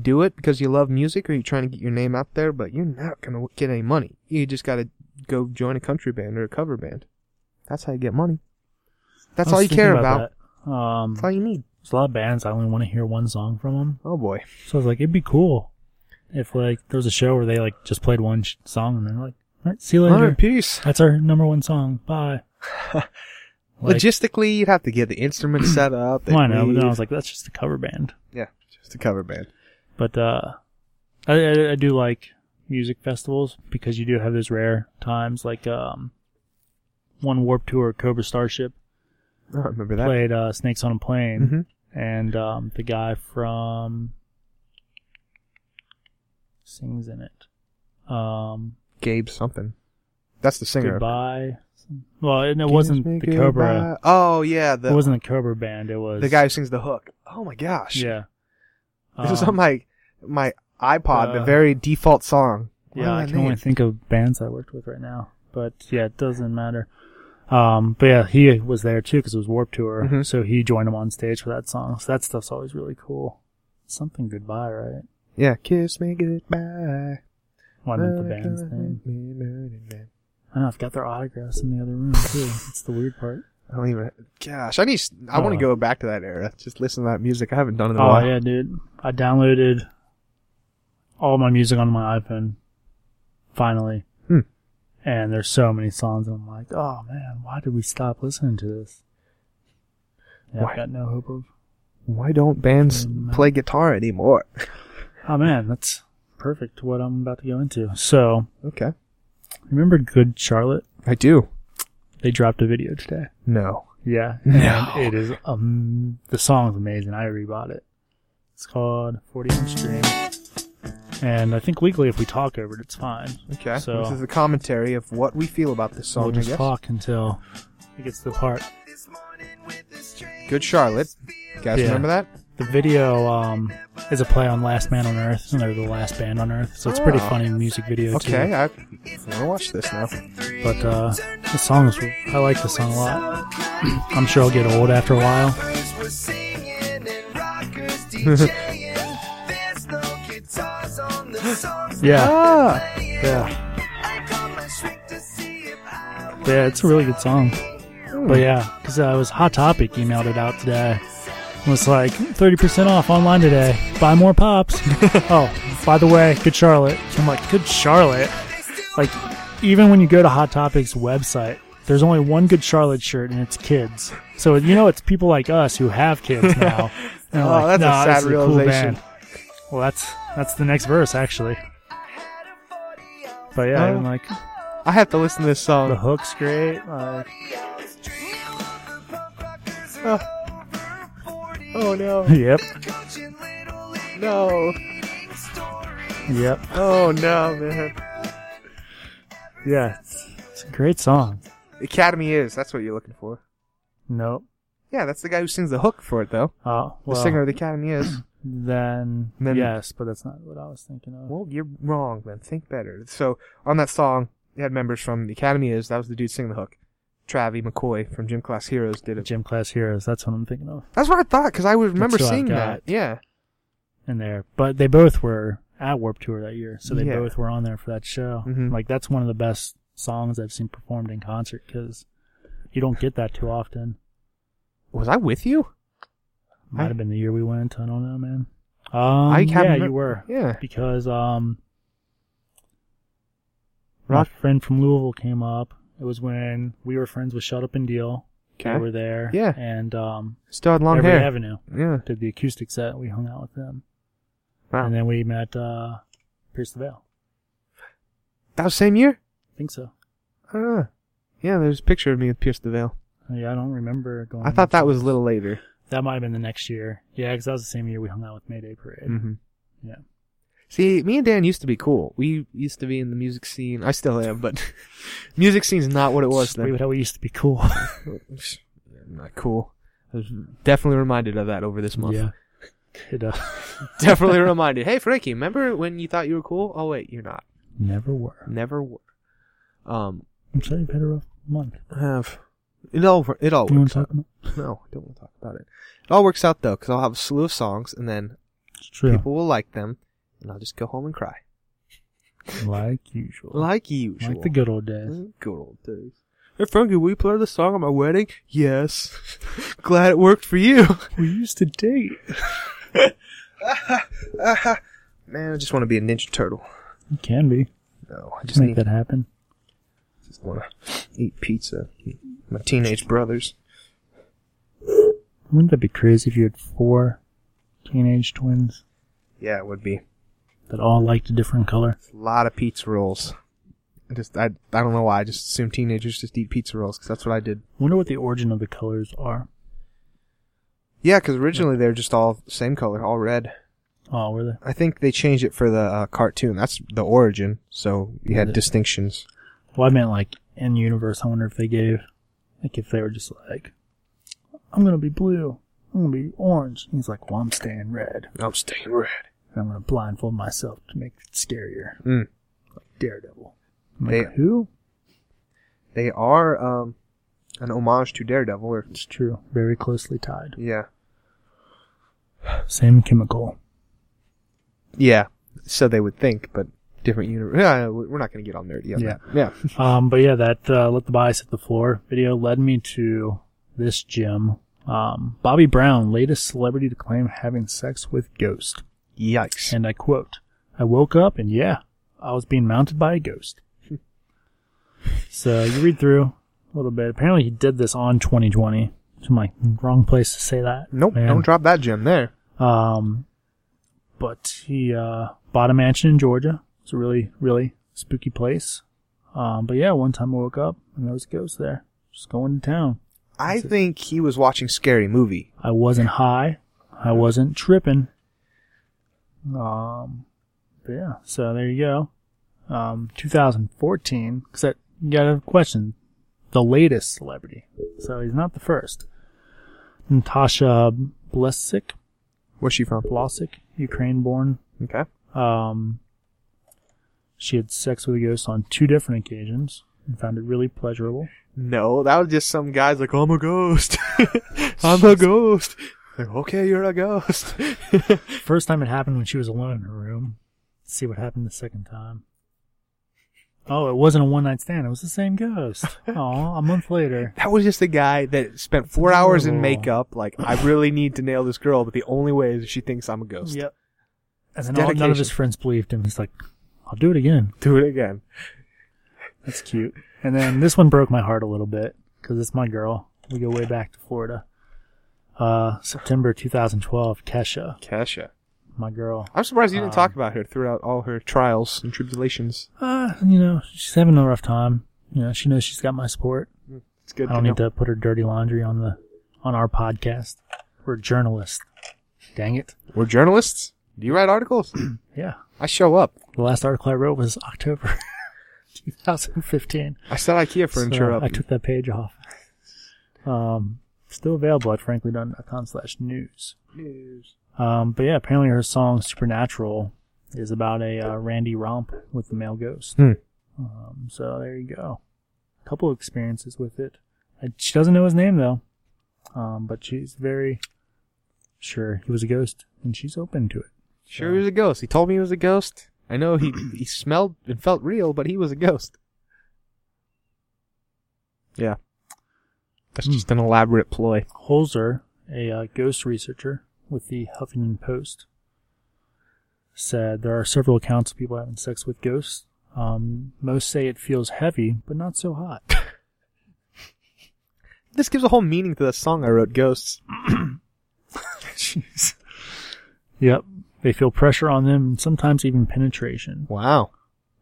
do it because you love music or you're trying to get your name out there, but you're not gonna get any money. You just gotta go join a country band or a cover band. That's how you get money. That's
I was
all you
thinking
care about.
that. Um,
That's all you need.
there's a lot of bands I only want to hear one song from them.
Oh boy.
So I was like, it'd be cool if like there was a show where they like just played one sh- song and they're like, all right, see you later.
All right, peace.
That's our number one song.
(laughs)
Bye. Like,
Logistically, you'd have to get the instruments set
(clears throat)
up.
well, I know, but then I
leave.
was like, that's just a cover band.
yeah, just a cover band.
But uh, I, I I do like music festivals because you do have those rare times, like um, one Warp Tour, Cobra Starship.
I don't remember that.
played uh, Snakes on a Plane,
hmm
and um, the guy from sings in it. Um,
Gabe something. That's the singer.
goodbye. Well, and it wasn't
Kiss
the
me
Cobra.
goodbye. Oh yeah,
it
the
wasn't the Cobra band. It was
the guy who sings the hook. Oh my gosh.
Yeah.
This is
Um,
on my my iPod, the
uh,
very default song. What
Yeah,
are
I
their
can only
names?
think of bands I worked with right now, but yeah, it doesn't matter. Um, but yeah, he was there too because it was Warp Tour,
Mhm.
so he joined him on stage for that song. So that stuff's always really cool. Something goodbye, right?
Yeah, kiss me goodbye.
Well, I meant the band's name.
I
I know I've got their autographs in the other room too. It's the weird part.
don't even. Gosh, I need. s- I want
Oh.
to go back to that era. Just listen to that music. I haven't done it in a
Oh
while.
yeah, dude! I downloaded all my music on my iPhone finally,
Hmm.
and there's so many songs, and I'm like, oh man, why did we stop listening to this? Yeah,
Why?
I've got no hope of.
Why don't bands
Mm.
play guitar anymore? (laughs)
Oh man, that's perfect to what I'm about to go into. So,
Okay,
remember Good Charlotte?
I do.
They dropped a video today.
No,
Yeah,
No.
and it is um the song's amazing. I rebought it. It's called Forty Inch Dream, and I think weekly if we talk over it, it's fine.
Okay.
So-
this is a commentary of what we feel about this song.
we'll
I
just
guess.
talk until it gets to the part.
Good Charlotte. You guys
Yeah.
remember that?
The video um, is a play on Last Man on Earth, and they're the last band on Earth, so it's pretty
Oh.
funny music video
Okay, I, want to watch this now.
too. But uh, the song is, I like the song a lot. (clears throat) I'm sure I'll get old after a while. Yeah,
Ah,
yeah, yeah. It's a really good song.
Hmm.
But yeah, because uh, it was Hot Topic emailed it out today. It was like 30% off online today. Buy more
(laughs)
pops. oh, by the way, good Charlotte. I'm like, good Charlotte. Like, even when you go to Hot Topic's website, there's only one good Charlotte shirt, and it's kids. So you know, it's people like us who have
(laughs)
kids now. And
Oh,
are like,
that's a
"Nah,
sad
this is cool
realization."
band." well, that's that's the next verse actually. But yeah,
Oh.
I'm like,
I have to listen to this
the
song.
hook's great. Like,
(laughs) Oh
(laughs)
no,
yep,
no,
yep.
oh no, man.
Yeah, it's, it's a great song.
Academy is. That's what you're looking for.
Nope.
Yeah, that's the guy who sings the hook for it, though.
Oh,
The
well,
singer of the Academy (clears throat) is.
Then,
Then-
yes, but that's not what I was thinking of.
well, you're wrong, man. Think better. So on that song, it had members from the Academy is. That was the dude singing the hook. Travie McCoy from Gym Class Heroes did it.
Gym Class Heroes. That's what I'm thinking of
That's what I thought because I would remember
That's what I
seeing that.
got.
Yeah.
in there. But they both were at Warp Tour that year, so they
Yeah.
both were on there for that show.
Mhm.
Like that's one of the best songs I've seen performed in concert because you don't get that too often.
Was I with you?
Might
I-
have been the year we went. I don't know, man. Um,
I can't
yeah,
remem-
you were.
Yeah.
because um,
Rock-
my friend from Louisville came up. It was when we were friends with Shut Up and Deal. They were there.
Yeah.
and um,
Still had long
Every
hair.
Avenue
Yeah.
did the acoustic set. We hung out with them,
Wow.
and then we met uh, Pierce the Veil.
that was same year?
I think so.
I don't know. Yeah, there's a picture of me with Pierce the Veil.
Yeah, I don't remember going.
I thought that was a little later.
that might have been the next year. Yeah, because that was the same year we hung out with Mayday Parade.
Mm-hmm.
Yeah.
See, me and Dan used to be cool. We used to be in the music scene. I still am, but (laughs) music scene's not what it was
We
then.
would
(laughs)
how we used to be cool.
Not cool. I was definitely reminded of that over this
(laughs)
month.
yeah. It uh,
(laughs) definitely reminded. Hey, Frankie, remember when you thought you were cool? Oh wait, you're not.
never were.
Never were. Um,
I'm sorry, better off month.
have it all. It all
Do you want
works
to talk
out.
about?
No, I don't want to talk about it. It all works out though, because I'll have a slew of songs, and then
It's true.
people will like them, and I'll just go home and cry,
like usual.
like usual.
Like the good old days.
Good old days. Mm-hmm. Hey Frankie, will you play the song at my wedding? Yes. (laughs) Glad it worked for you. (laughs)
We used to date.
Man, I just want to be a Ninja Turtle.
It can be.
No, I
Just
Mm-hmm. just
make
need,
that happen.
just want to eat pizza. My teenage brothers.
Wouldn't that be crazy if you had four teenage twins
Yeah, it would be
that all liked a different color?
a lot of pizza rolls. I just I I don't know why. I just assume teenagers just eat pizza rolls because that's what I did.
Wonder what the origin of the colors are.
Yeah, because originally they were just all same color, all red.
Oh, were they?
I think they changed it for the uh, cartoon. That's the origin. So you had
Yeah.
distinctions.
Well, I meant like in universe. I wonder if they gave, like, if they were just like, I'm gonna be blue. I'm gonna be orange. And he's like, well, I'm staying red.
I'm staying red.
And I'm gonna blindfold myself to make it scarier.
Mm.
Like Daredevil. I'm
They-
like, who?
They are um, an homage to Daredevil. Or,
It's true. Very closely tied.
yeah,
Same chemical.
yeah. So they would think, but different universe. Yeah, we're not going to get all nerdy. On
Yeah.
that. yeah.
Um, but yeah, that uh, let the bias hit the floor video led me to this gym. Um, Bobby Brown, latest celebrity to claim having sex with ghost, (laughs)
Yikes.
and I quote: "I woke up and yeah, I was being mounted by a ghost." (laughs) so you read through a little bit. Apparently, he did this on 2020. So I'm like, wrong place to say that.
nope.
man.
Don't drop that gem there.
Um, but he uh, bought a mansion in Georgia. It's a really, really spooky place. Um, but yeah, one time I woke up and there was a ghost there, just going to town.
I think he was watching Scary Movie.
I wasn't high, I wasn't tripping. Um, but yeah, so there you go. Um, 2014, because that you got a question. The latest celebrity, so he's not the first. Natasha Blesik,
Where's she from?
Blosik, Ukraine-born
Okay.
Um, she had sex with a ghost on two different occasions and found it really pleasurable.
No, that was just some guys like, I'm
(laughs)
a ghost. (laughs) I'm a ghost. Like, okay, you're a ghost. (laughs)
First time it happened when she was alone in her room. Let's see what happened the second time. Oh, it wasn't a one night stand. It was the same
(laughs)
ghost. Oh, a month later.
that was just a guy that spent four hours
Horrible.
in makeup. Like, I really
(laughs)
need to nail this girl, but the only way is she thinks I'm a ghost.
Yep. And then all, none of his
Dedication.
friends believed him. He's like, I'll do it again.
Do it again.
That's cute. And then this one broke my heart a little bit because it's my girl. We go way back to Florida. Uh, September 2012, Kesha,
Kesha.
my girl.
I'm surprised you didn't
Um,
talk about her throughout all her trials and tribulations.
Uh, you know, she's having a rough time. You know, she knows she's got my support.
It's good
I
to
don't
know.
need to put her dirty laundry on the on our podcast. We're journalists. Dang it.
We're journalists. Do you
(clears throat)
write articles?
Yeah.
I show up.
The last article I wrote was October (laughs) 2015.
I set IKEA furniture
So
up.
I took that page off. Um, still available at franklyduncom slash news. Um, but yeah, apparently her song Supernatural is about a uh, Randy romp with the male ghost.
Hmm.
Um, so there you go. couple experiences with it. And she doesn't know his name though. Um, but she's very sure he was a ghost and she's open to it.
Sure, he was a ghost. He told me he was a ghost. I know he he smelled and felt real, but he was a ghost. Yeah, that's
Hmm.
just an elaborate ploy.
Holzer, a uh, ghost researcher with the Huffington Post, said there are several accounts of people having sex with ghosts. Um, most say it feels heavy, but not so hot. (laughs)
This gives a whole meaning to the song I wrote, "Ghosts."
Jeez. Yep. They feel pressure on them and sometimes even penetration.
Wow,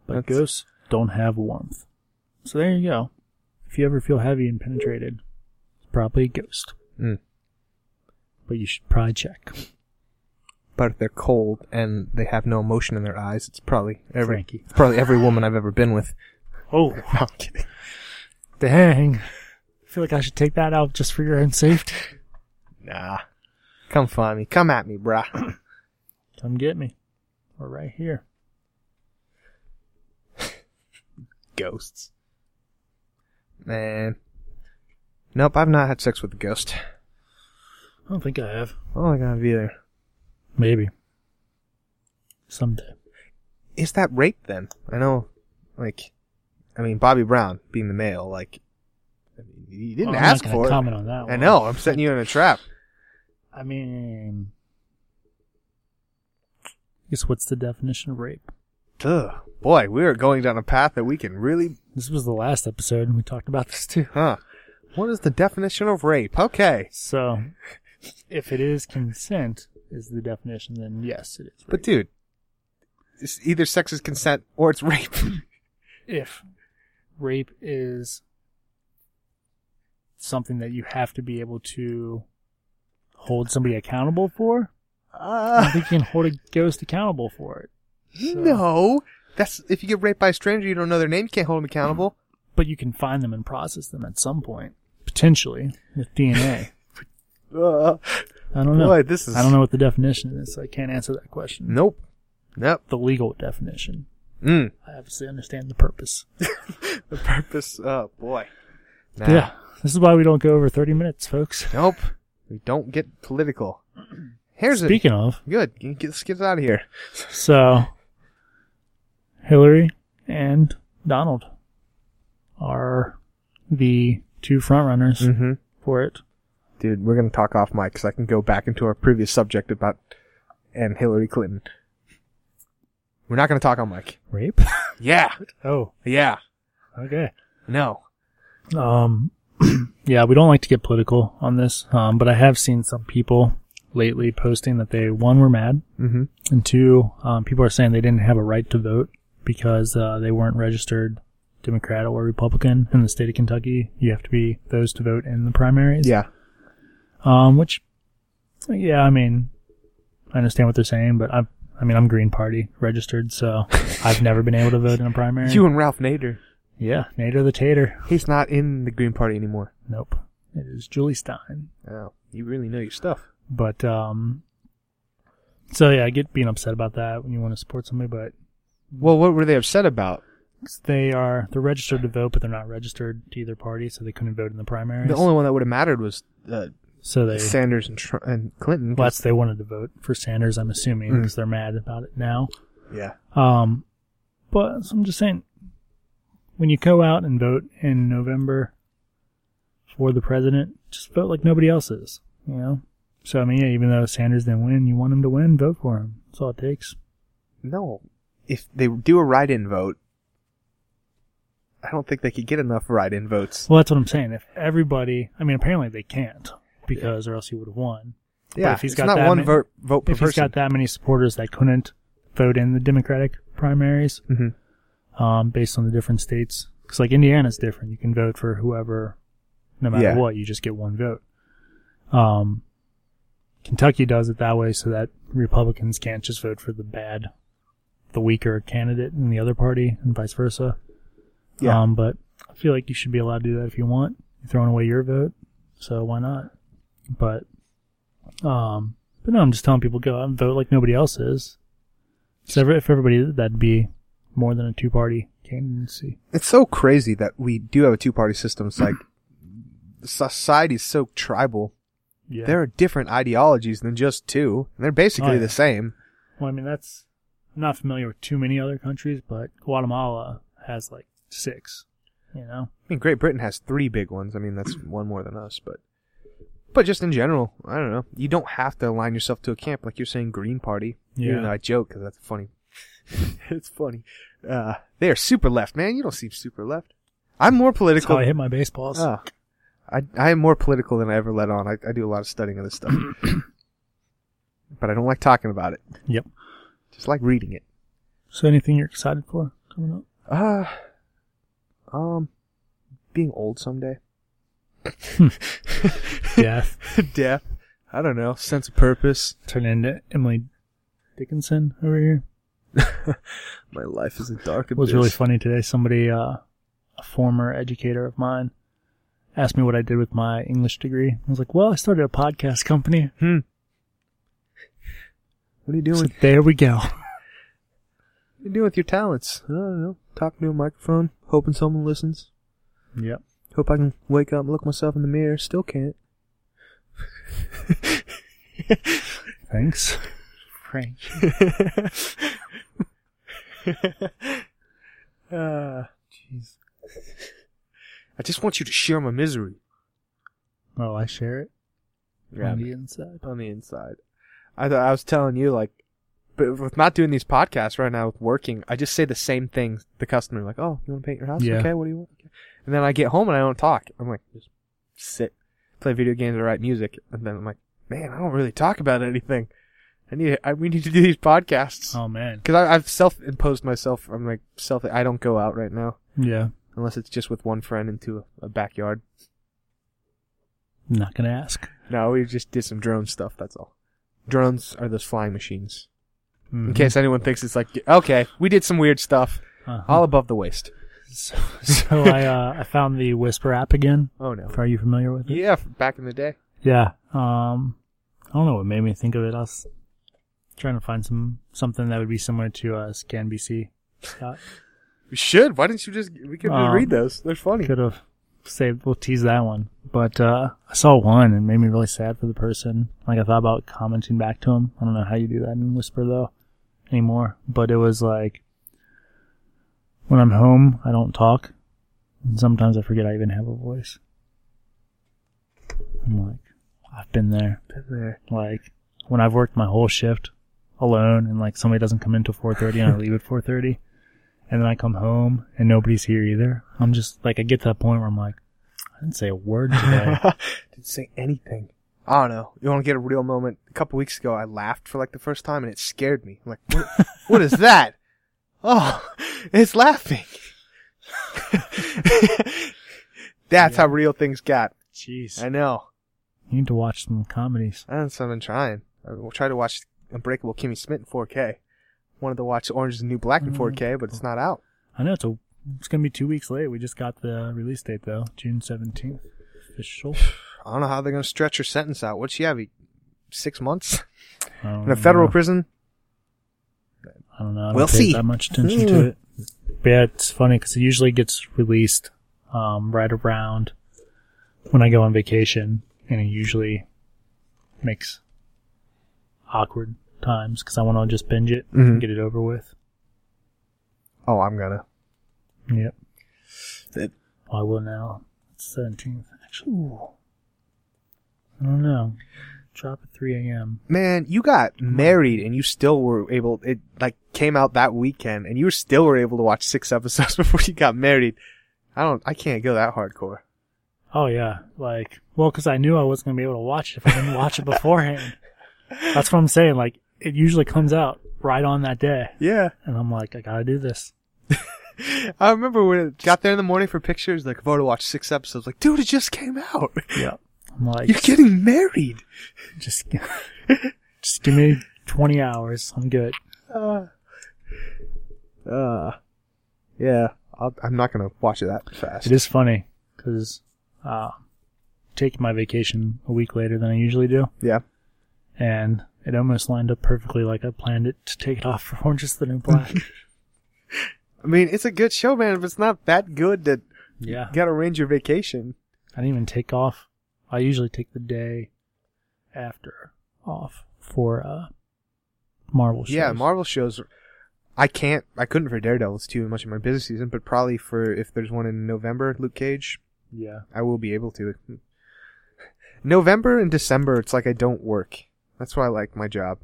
But
That's-
ghosts don't have warmth. So there you go. If you ever feel heavy and penetrated, it's probably a ghost.
Mm.
But you should probably check.
but if they're cold and they have no emotion in their eyes, it's probably every
Frankie.
it's probably every woman I've ever
(laughs)
been with.
Oh,
No, I'm kidding.
dang. I feel like I should take that out just for your own safety.
Nah, come find me, come at me, bruh. (coughs)
Come get me. We're right here.
ghosts. Man, nope, I've not had sex with a ghost.
I don't think I have.
Oh, I gotta be there.
Maybe. Someday.
is that rape then? I know, like, I mean, Bobby Brown being the male, like, I mean, you didn't
Well, Oh, I'm not
ask
gonna
for
comment on that
it. I
one.
know, I'm setting you in a trap.
I mean, guess what's the definition of rape?
Ugh, boy, we are going down a path that we can really,
This was the last episode, and we talked about this too.
huh? What is the definition of rape? Okay,
So, if it is consent, is the definition, then yes, it is.
but dude, it's either sex is consent or it's rape.
if rape is something that you have to be able to hold somebody accountable for. I don't (laughs)
Uh,
think you can hold a ghost accountable for it, so-
No, that's if you get raped by a stranger, you don't know their name, you can't hold them accountable.
but you can find them and process them at some point, potentially with DNA.
Uh,
I don't know.
Boy, this is-
I don't know what the definition is. So I can't answer that question.
nope, nope.
The legal definition.
Mm.
I obviously understand the purpose.
The purpose, oh boy. Nah.
Yeah. This is why we don't go over 30 minutes, folks.
Nope. We don't get political. Here's it.
Speaking of,
Good. You can Get, let's get out of here.
so Hillary and Donald are the two frontrunners
Mm-hmm.
for it.
Dude, we're gonna talk off mic because I can go back into our previous subject about and Hillary Clinton. We're not gonna talk on mic.
Rape? (laughs)
Yeah.
Oh,
Yeah.
okay.
No.
Um, (clears throat) yeah, we don't like to get political on this, um, but I have seen some people lately posting that they, one, were mad,
Mm-hmm.
and two, um, people are saying they didn't have a right to vote because uh, they weren't registered Democrat or Republican in the state of Kentucky. You have to be those to vote in the primaries.
Yeah.
Um, which, yeah, I mean, I understand what they're saying, but I'm, I mean, I'm Green Party registered,
(laughs)
so I've never been able to vote in a primary.
You and Ralph Nader.
yeah, Nader the Tater.
He's not in the Green Party anymore.
Nope. It is Julie Stein.
Oh, you really know your stuff.
But um, so yeah, I get being upset about that when you want to support somebody, but
Well, what were they upset about?
they are they're registered to vote, but they're not registered to either party, so they couldn't vote in the primaries.
The only one that would have mattered was uh,
so they
Sanders and, Tr- and Clinton.
well, that's they wanted to vote for Sanders, I'm assuming,
Mm.
because they're mad about it now.
yeah.
Um, but so I'm just saying, when you go out and vote in November for the president, just vote like nobody else is, you know. So I mean, yeah, even though Sanders didn't win, you want him to win, vote for him. That's all it takes.
No. If they do a write in vote, I don't think they could get enough write in votes.
Well, that's what I'm saying. If everybody, I mean, apparently they can't because, or else he would have won.
Yeah,
if he's
it's
got
not
that
one
ma-
vote, vote per
If he's
person.
got that many supporters that couldn't vote in the Democratic primaries,
Mhm.
um, based on the different states, because like Indiana's different. You can vote for whoever, no matter
Yeah.
what. You just get one vote. Um, Kentucky does it that way so that Republicans can't just vote for the bad, the weaker candidate in the other party, and vice versa.
Yeah.
Um, but I feel like you should be allowed to do that if you want. You're throwing away your vote, so why not? But, um, but no, I'm just telling people go out and vote like nobody else is. So if- if everybody did, that'd be more than a two-party candidacy.
it's so crazy that we do have a two party system. It's like society's so tribal.
Yeah.
There are different ideologies than just two, and they're basically
Oh, yeah.
the same.
Well, I mean, that's I'm not familiar with too many other countries, but Guatemala has like six. You know,
I mean, Great Britain has three big ones. I mean,
(clears throat)
that's one more than us, but but just in general, I don't know. You don't have to align yourself to a camp like you're saying Green Party.
Yeah.
Even though I joke because that's funny. (laughs) it's funny. Uh, they are super left, man. You don't seem super left. I'm more
that's how
political.
I hit my baseballs.
Ah. I I am more political than I ever let on. I, I do a lot of studying of this (clears throat) stuff, but I don't like talking about it.
Yep.
Just like reading it.
So, anything you're excited for coming up?
Uh, um, being old someday.
Death.
(laughs) Death. I don't know. Sense of purpose.
Turn into Emily Dickinson over here.
My life is a dark
It was really funny today. Somebody, uh, a former educator of mine, asked me what I did with my English degree. I was like, "Well, I started a podcast company."
Hmm. What are you
So
doing?
there we
(laughs)
go.
What are you doing with your talents? I don't know. Talking to a microphone, hoping someone listens.
yep.
Hope I can wake up and look myself in the mirror. Still can't. (laughs)
Thanks, Frank.
uh,
Ah,
jeez. I just want you to share my misery.
Oh, I share it
Yeah.
on the inside.
on the inside. I th- I was telling you like, but with not doing these podcasts right now, with working, I just say the same thing. The customer like, oh, you want to paint your house?
Yeah.
Okay, what do you want? Okay. And then I get home and I don't talk. I'm like, just sit, play video games, or write music. And then I'm like, man, I don't really talk about anything. I need, I, we need to do these podcasts
Oh man.
because I've self-imposed myself. I'm like self. I don't go out right now.
Yeah.
unless it's just with one friend into a, a backyard.
Not gonna ask.
No, we just did some drone stuff. That's all. Drones are those flying machines. In
Mhm.
case anyone thinks it's like, okay, we did some weird stuff,
Uh-huh.
all above the waist.
(laughs) So, (laughs) so I uh, I found the Whisper app again.
Oh no.
Are you familiar with it?
Yeah, f- back in the day.
Yeah. Um, I don't know what made me think of it. I was trying to find some something that would be similar to uh, ScanBC.
We should. Why didn't you just? We could
Um,
just read those. They're funny. (laughs)
Could have saved. We'll tease that one. But uh, I saw one and it made me really sad for the person. Like I thought about commenting back to him. I don't know how you do that in Whisper though anymore. But it was like when I'm home, I don't talk, and sometimes I forget I even have a voice. I'm like, I've been there.
There.
like when I've worked my whole shift alone and like somebody doesn't come in till 4:30 and I leave at 4:30 and then I come home and nobody's here either. I'm just like I get to that point where I'm like I didn't say a word today.
(laughs) Didn't say anything. I don't know. You want to get a real moment? A couple weeks ago, I laughed for like the first time, and it scared me. I'm like,
(laughs)
what, what is that? Oh, (laughs) it's
(laughs)
laughing. (laughs) That's how real things got.
Jeez.
I know.
You need to watch some comedies.
That's what I've been trying. I tried to watch Unbreakable Kimmy Schmidt in 4K. Wanted to watch Orange is the New Black in 4K, but it's not out.
I know it's a it's going to be 2 weeks late. We just got the release date though, June 17th. Official.
I don't know how they're going to stretch her sentence out. What'd she have? e- Six months
I don't
in a federal
know.
prison?
I don't know. I don't
We'll
pay
see. Mm.
that much attention to it. But yeah, it's funny because it usually gets released um, right around when I go on vacation, and it usually makes awkward times because I want to just binge it
Mhm.
and get it over with.
Oh, I'm gonna.
Yep.
That-
Well, I will now. It's seventeenth, actually. Ooh. I don't know. Drop at three a.m.
Man, you got married and you still were able. It like came out that weekend, and you still were able to watch six (laughs) episodes before you got married. I don't. I can't go that hardcore.
Oh yeah, like well, because I knew I wasn't gonna be able to watch it if I didn't watch it beforehand. That's what I'm saying. Like it usually comes out right on that day,
Yeah,
and I'm like, I gotta do this.
I remember when it got there in the morning for pictures. Like I've already watched six episodes. Like, dude, it just came out.
Yeah, I'm like,
You're getting married.
just (laughs) just give me 20 hours. I'm good.
Uh, uh, yeah. I'll, I'm not gonna watch it that fast.
It is funny because uh, take my vacation a week later than I usually do,
Yeah.
and it almost lined up perfectly like I planned it to take it off for (laughs) Orange is the New Black.
I mean, it's a good show, man. If it's not that good, that
yeah,
you gotta arrange your vacation.
I didn't even take off. I usually take the day after off for uh Marvel shows.
Yeah, Marvel shows. I can't. I couldn't for Daredevil. It's too much of my busy season. But probably for if there's one in November, Luke Cage,
Yeah.
I will be able to. (laughs) November and December, it's like I don't work. That's why I like my job.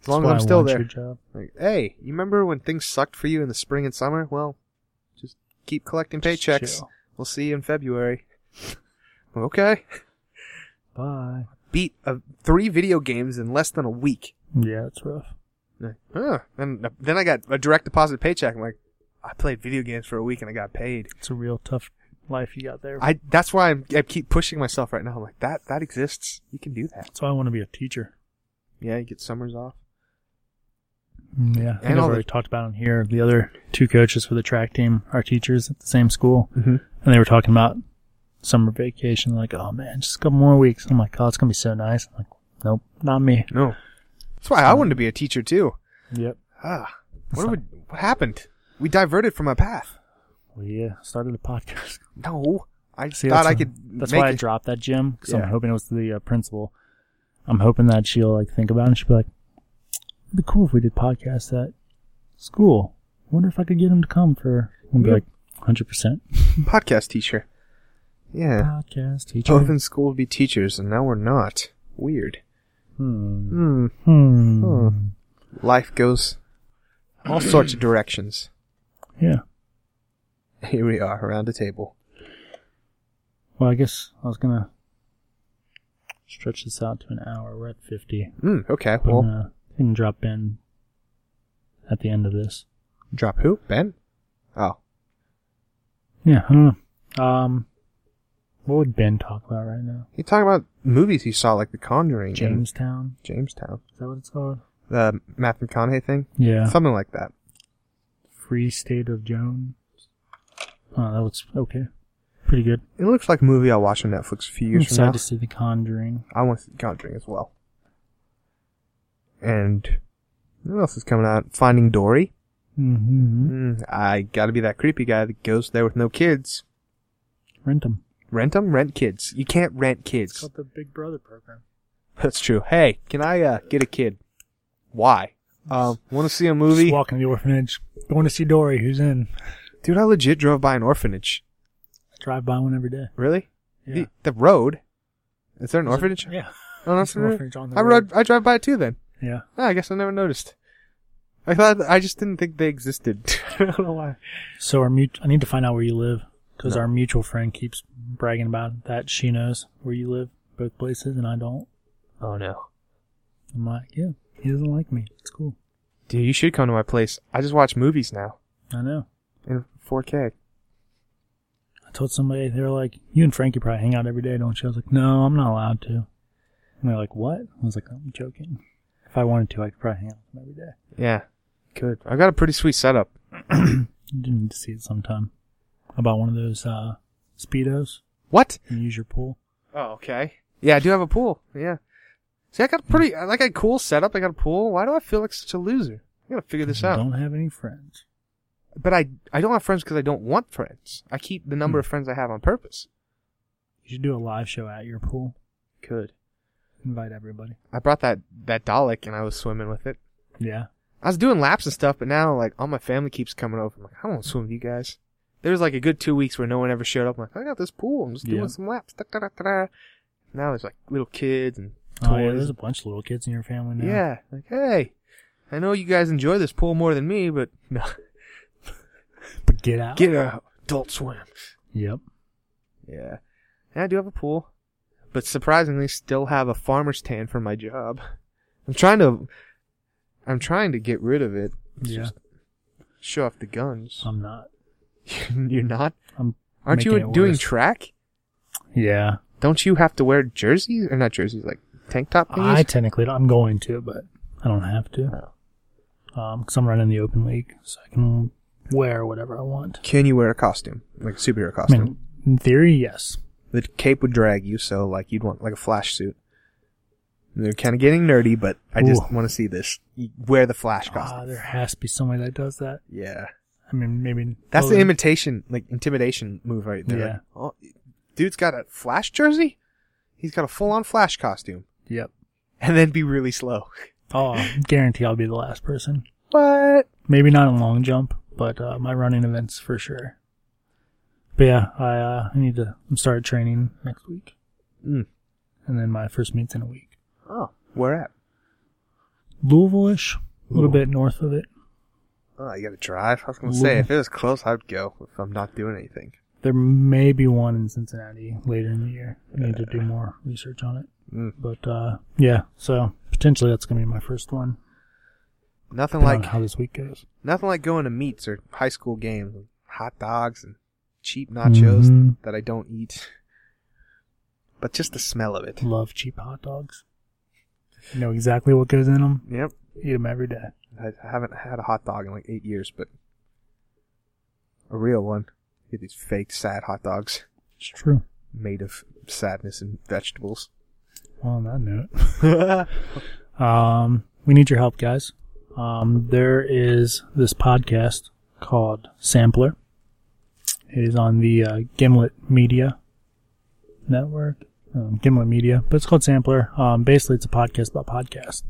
As long
That's
as
why
I'm
I
still
want
there.
your job.
Like, hey, you remember when things sucked for you in the spring and summer? Well, just keep collecting
Just
paychecks.
chill.
We'll see you in February. (laughs) okay.
Bye.
Beat uh, three video games in less than a week.
Yeah, it's rough.
Like, Huh. And then I got a direct deposit paycheck. I'm like, I played video games for a week and I got paid.
It's a real tough life you got there.
I that's why I'm, I keep pushing myself right now. I'm like that that exists. You can do that.
That's why I want to be a teacher.
Yeah, you get summers off.
Mm, Yeah, I think
And
I've
all the-
already talked about on here. The other two coaches for the track team are teachers at the same school,
Mhm.
and they were talking about summer vacation. Like, oh man, just a couple more weeks. I'm like, oh, it's gonna be so nice. I'm like, nope, not me.
No, that's why I wanted to be a teacher too.
Yep.
Ah, what, would, what happened? We diverted from my path.
We uh, started a podcast.
No, I
See,
thought
that's
I
why-
could.
That's
make
why I
it.
dropped that gym because
Yeah.
I'm hoping it was the uh, principal. I'm hoping that she'll like think about it and she'll be like, "It'd be cool if we did podcasts at school. Wonder if I could get him to come for." And be
Yeah.
like, hundred percent
podcast teacher.
Uh,
Yeah, Oh,
podcast teacher.
both in school would be teachers, and now we're not. Weird.
Hmm.
Hmm.
Hmm.
Hmm. Life goes all sorts of directions. (laughs)
Yeah.
Here we are around a table.
Well, I guess I was gonna stretch this out to an hour. We're at fifty.
Hmm. Okay.
But uh,
Well,
I'm gonna I can drop in at the end of this.
drop who? Ben. Oh.
Yeah, I don't know. Um, what would Ben talk about right now?
He talking about movies he saw, like The Conjuring, and
Jamestown.
Jamestown,
Is that what it's called?
the Matthew McConaughey thing,
Yeah.
something like that.
Free State of Jones. Oh, that looks okay. Pretty good.
It looks like a movie I'll watch on Netflix a few
I'm
years from now.
excited to see The Conjuring.
I want to see Conjuring as well. And what else is coming out? Finding Dory.
Mm-hmm.
Mm, I gotta be that creepy guy that goes there with no kids.
Rent them.
Rent them? Rent kids. You can't rent (laughs) kids.
the Big Brother program.
That's true. Hey, can I uh, get a kid? Why? Um, want to see a movie?
Just walking to the orphanage. Going to see Dory, who's in.
Dude, I legit drove by an orphanage.
Drive by one every day.
Really?
Yeah.
The, the road? Is there an
There's a-
orphanage?
Yeah.
Oh, no,
There's an
no.
orphanage on the
I
road.
rode. I drive by it too. Then
Yeah.
Ah, I guess I never noticed. I thought I just didn't think they existed. (laughs) I don't know why.
So our mut- I need to find out where you live because
No.
our mutual friend keeps bragging about that she knows where you live both places and I don't.
Oh no,
I'm like, yeah, he doesn't like me. It's cool.
dude, you should come to my place. I just watch movies now
I know.
in 4K.
I told somebody they were like, you and Frankie probably hang out every day, don't you? I was like, no, I'm not allowed to. And they're like, what? I was like, I'm joking. If I wanted to, I could probably hang out with them every day.
Yeah, good. I got a pretty sweet setup.
(clears throat) You do need to see it sometime. About one of those uh, speedos
What?
and use your pool.
Oh, okay. Yeah, I do have a pool. Yeah. See, I got a pretty, I like a cool setup. I got a pool. Why do I feel like such a loser? I gotta figure this
You
out.
Don't have any friends.
But I, I don't have friends because I don't want friends. I keep the number of friends I have on purpose.
You should do a live show at your pool.
Could.
Invite everybody.
I brought that that Dalek and I was swimming with it.
Yeah.
I was doing laps and stuff, but now like all my family keeps coming over. I'm like, I don't want to swim with you guys. There was like a good two weeks where no one ever showed up. I'm like, I got this pool. I'm just
Yeah.
doing some laps. Da, da, da, da, da. Now there's like little kids and toys.
Oh, yeah, there's a bunch of little kids in your family now.
Yeah, like hey, I know you guys enjoy this pool more than me, but (laughs) no,
But get out.
get out, adult swim.
Yep.
Yeah, and I do have a pool, but surprisingly, still have a farmer's tan from my job. I'm trying to, I'm trying to get rid of it.
Yeah.
Show off the guns. (laughs)
I'm not.
You're not.
I'm.
Aren't
making
you
it
doing
worse.
track?
yeah.
Don't you have to wear jerseys or not jerseys, like tank top thingies?
I technically, don't- I'm going to, but I don't have to. Um, because I'm running the open league, so I can wear whatever I want.
Can you wear a costume, like a superhero
I
costume?
mean, in theory, yes.
The cape would drag you, so like you'd want like a flash suit. They're kind of getting nerdy, but I just
Ooh.
want to see this. You wear the flash costume.
Ah, there has to be somebody that does that.
yeah,
I mean, maybe
that's the
Well,
imitation, like intimidation move right there.
Oh, Yeah.
Like, oh, dude's got a flash jersey. He's got a full-on flash costume,
Yep.
and then be really slow. (laughs)
Oh, I guarantee I'll be the last person.
What?
Maybe not in long jump, but uh, my running events for sure. But yeah, I uh, I need to start training next week,
Mm.
and then my first meet's in a week.
Oh, where at?
Louisville-ish, a little
Ooh.
bit north of it.
Oh, you gotta drive. I was gonna say if it was close, I'd go. If I'm not doing anything,
There may be one in Cincinnati later in the year. I need to do more research on it.
Mm.
But uh, yeah, so potentially that's gonna be my first one.
nothing
Depending on
like
how this week goes.
Nothing like going to meets or high school games, and hot dogs and cheap nachos
Mhm.
that I don't eat. But just the smell of it.
Love cheap hot dogs. Know exactly what goes in them.
Yep.
Eat them every day.
I I haven't had a hot dog in like eight years, but a real one. Get these fake sad hot dogs
It's true.
made of sadness and vegetables.
Well, on that note.
yeah.
(laughs) Um, we need your help, guys. Um, there is this podcast called Sampler. It is on the uh, Gimlet Media Network, um, Gimlet Media, but it's called Sampler. Um, basically, it's a podcast about podcasts,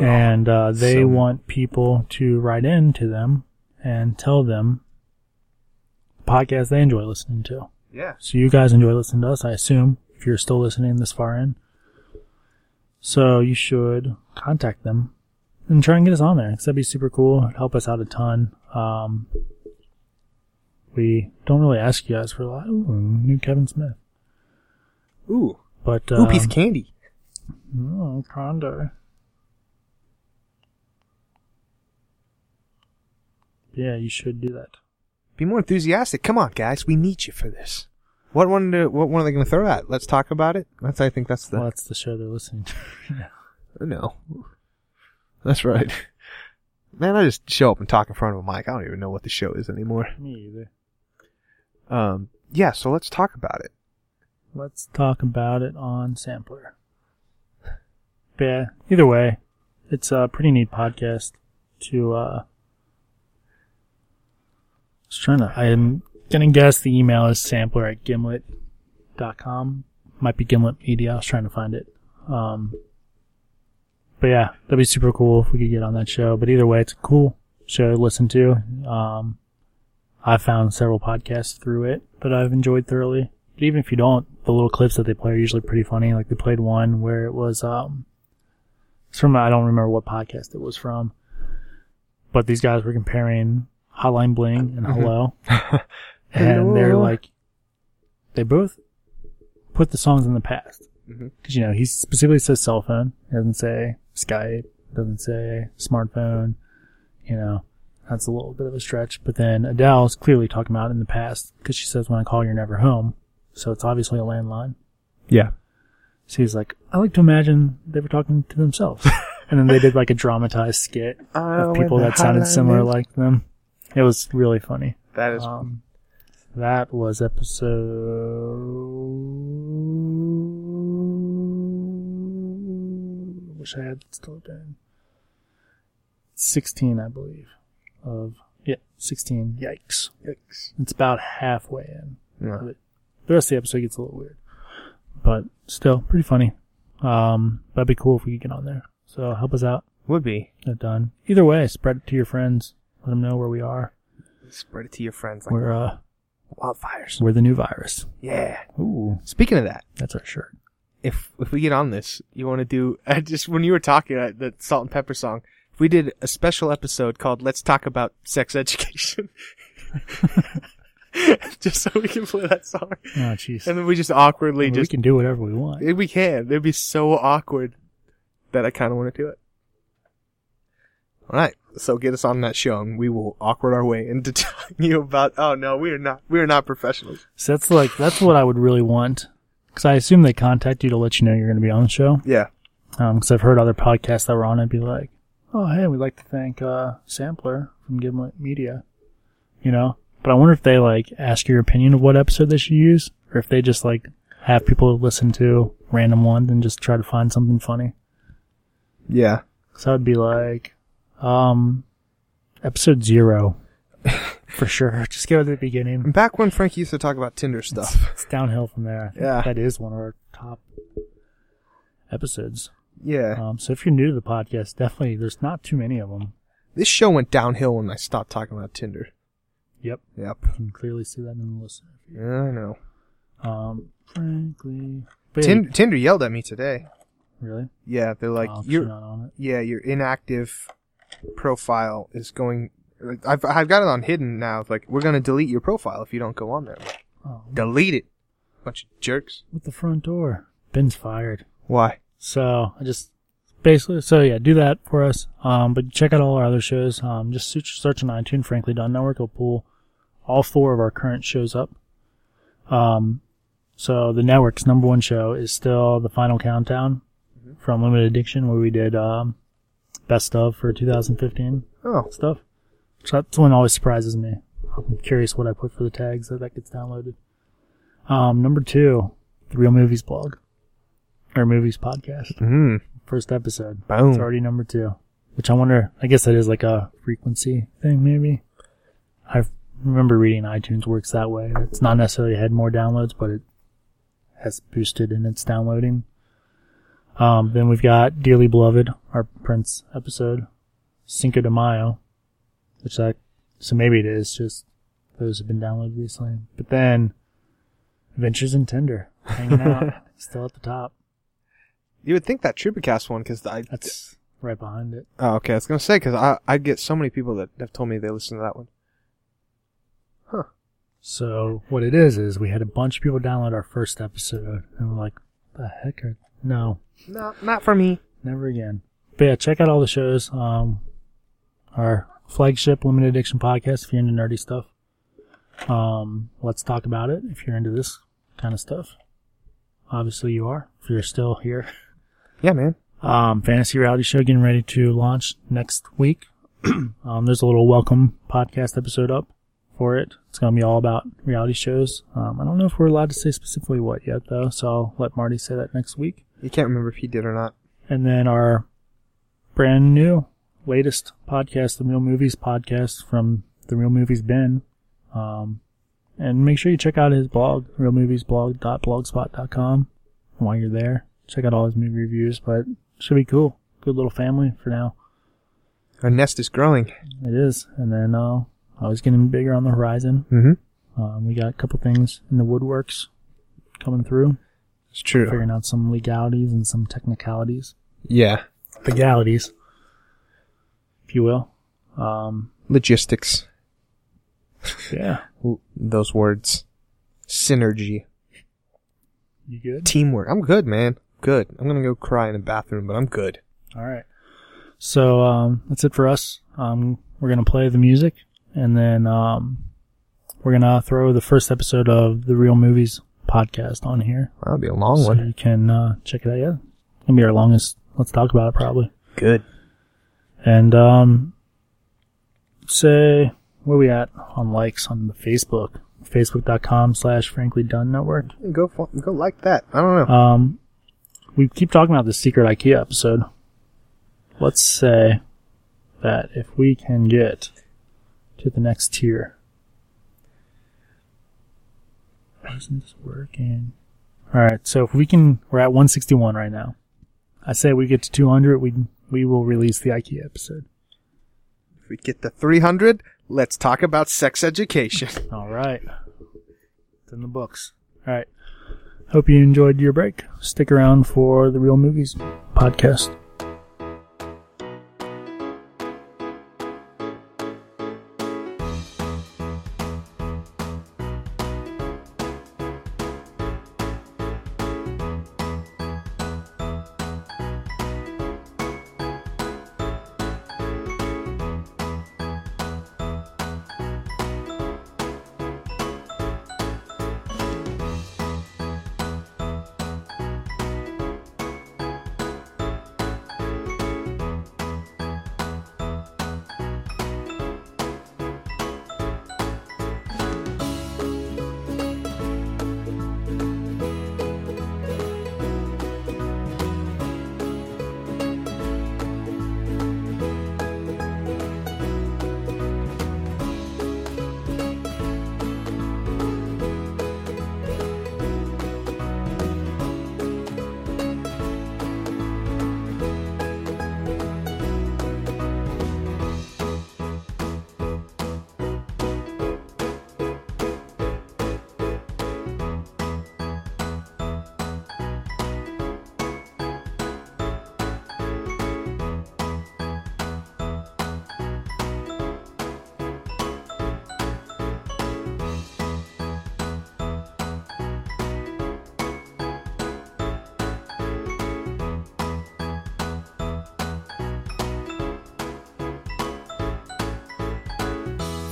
and uh, they
so-
want people to write in to them and tell them podcasts they enjoy listening to.
Yeah.
So you guys enjoy listening to us, I assume, if you're still listening this far in. So you should contact them and try and get us on there. 'cause that'd be super cool. It'd help us out a ton. Um, we don't really ask you guys for a lot. Ooh, new Kevin Smith.
Ooh.
But,
Ooh,
um,
piece of candy.
Oh, Condo. Yeah, you should do that.
Be more enthusiastic. Come on, guys. We need you for this. What one? Do, what one are they going to throw at? Let's talk about it. That's. I think that's the.
well, that's the show they're listening to. (laughs)
No. That's right. (laughs) Man, I just show up and talk in front of a mic. I don't even know what the show is anymore.
Me either.
Um, yeah, so let's talk about it.
Let's talk about it on Sampler. But yeah, either way, it's a pretty neat podcast to uh I was trying to I'm gonna guess the email is sampler at gimlet.com. Might be gimlet media, I was trying to find it. Um but yeah, that'd be super cool if we could get on that show. But either way, it's a cool show to listen to. Um I've found several podcasts through it that I've enjoyed thoroughly. But even if you don't, the little clips that they play are usually pretty funny. Like they played one where it was um it's from I don't remember what podcast it was from. But these guys were comparing Hotline Bling and Hello. and they're
Hello.
like they both put the songs in the past.
Mhm.
Because you know, he specifically says cell phone, He doesn't say Skype, doesn't say smartphone, you know. That's a little bit of a stretch. But then Adele's clearly talking about in the past because she says, when I call, you're never home. So it's obviously a landline.
Yeah.
So he's like, I like to imagine they were talking to themselves. and then they did like a dramatized skit of people that sounded similar like them. It was really funny.
That is.
Um, that was episode. Wish I had it still open. Sixteen, I believe. Of yeah, sixteen. Yikes!
yikes.
It's about halfway in.
Yeah.
The rest of the episode gets a little weird, but still pretty funny. Um, that'd be cool if we could get on there. So help us out.
Would be.
Get it done. Either way, spread it to your friends. Let them know where we are.
Spread it to your friends like
We're uh,
wildfires.
we're the new virus.
Yeah.
Ooh,
Speaking of that,
that's our shirt.
if if we get on this, you want to do (laughs) I just when you were talking uh, the salt and pepper song, if we did a special episode called "Let's Talk About Sex Education," (laughs) just so we can play that song,
Oh, jeez.
and then we just awkwardly
I mean,
just
we can do whatever we want.
we can. It'd be so awkward that I kind of want to do it. All right, so get us on that show, and we will awkward our way into (laughs) telling you about. Oh no, we are not. We are not professionals.
So that's like that's what I would really want. Because I assume they contact you to let you know you're going to be on the show.
Yeah,
Because I've heard other podcasts that were on it be like, "Oh, hey, we'd like to thank uh, Sampler from Gimlet Media," you know. But I wonder if they like ask your opinion of what episode they should use, or if they just like have people listen to random ones and just try to find something funny.
yeah.
Because I would be like, um, episode
(laughs)
zero for sure. Just go to the beginning.
Back when Frankie used to talk about Tinder stuff. (laughs)
It's downhill from there. I think
Yeah.
That is one of our top episodes.
Yeah.
Um, so if you're new to the podcast, definitely there's not too many of them.
This show went downhill when I stopped talking about Tinder.
Yep.
Yep.
You can clearly see that in the listener.
Yeah, I know.
Um, frankly, but yeah,
Tin- Tinder yelled at me today.
really?
Yeah, they're like,
Oh, 'cause
you're,
not on it.
yeah, your inactive profile is going. I've I've got it on hidden now. It's Like, we're gonna delete your profile if you don't go on there. I'm like,
Oh,
delete it, bunch of jerks.
with the front door. Ben's fired.
Why?
So I just basically so yeah, do that for us. Um, but check out all our other shows. Um, just search, search on iTunes, frankly, Don Network. It'll pull all four of our current shows up. Um, so the network's number one show is still the Final Countdown from Limited Addiction, where we did um, best of for 2015
Oh,
stuff. So that's one that always surprises me. I'm curious what I put for the tags that that gets downloaded. Um, number two, the Real Movies blog or Movies podcast
hmm.
first episode.
Boom.
It's already number two. Which I wonder, I guess that is like a frequency thing, maybe. I remember reading iTunes works that way. It's not necessarily had more downloads, but it has boosted in its downloading. Um, then we've got Dearly Beloved, our Prince episode, Cinco de Mayo, which that, so maybe it is just those have been downloaded recently. But then Adventures in Tinder, hanging out, still at the top.
You would think that Trubacast one, because I.
That's right behind it.
Oh, okay. I was gonna say because I I get so many people that have told me they listen to that one. Huh.
So what it is is we had a bunch of people download our first episode, and we're like, "The heck are no,
No, not for me.
never again." But yeah, check out all the shows. Um, our flagship limited edition podcast if you're into nerdy stuff. Um, let's talk about it if you're into this kind of stuff. Obviously, you are if you're still here. (laughs)
Yeah, man.
Um, fantasy reality show getting ready to launch next week. (clears throat) um, there's a little welcome podcast episode up for it. It's going to be all about reality shows. Um, I don't know if we're allowed to say specifically what yet, though, so I'll let Marty say that next week.
You can't remember if he did or not.
And then our brand new, latest podcast, the Real Movies podcast from the Real Movies Ben. Um, and make sure you check out his blog, realmoviesblog.blogspot.com. While you're there, check out all his movie reviews. But should be cool. Good little family for now.
Our nest is growing.
It is. And then uh, always getting bigger on the horizon.
Mm-hmm.
Um, we got a couple things in the woodworks coming through,
It's true.
figuring out some legalities and some technicalities,
Yeah.
legalities, if you will. Um,
Logistics.
yeah,
L- Those words. Synergy.
you good?
Teamwork. I'm good, man. Good. I'm gonna go cry in the bathroom, but I'm good.
All right. So um, that's it for us. Um, we're gonna play the music, and then um, we're gonna throw the first episode of the Real Movies podcast on here,
That'll be a long
so
one.
you can uh, check it out. Yeah, it's gonna be our longest. Let's talk about it probably.
Good.
And um, say where we at on likes on the Facebook, facebook.com slash frankly done network.
Go fo- go like that. I don't know.
Um, we keep talking about the secret IKEA episode. Let's say that if we can get to the next tier. Why isn't this working? Alright, so if we can, we're at 161 right now. I say we get to 200, we, we will release the IKEA episode.
If we get to 300, let's talk about sex education.
All right. It's in the books. All right. Hope you enjoyed your break. Stick around for the Real Movies podcast.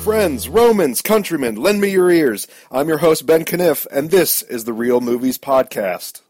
Friends, Romans, countrymen, lend me your ears. I'm your host, Ben Kniff, and this is the Real Movies Podcast.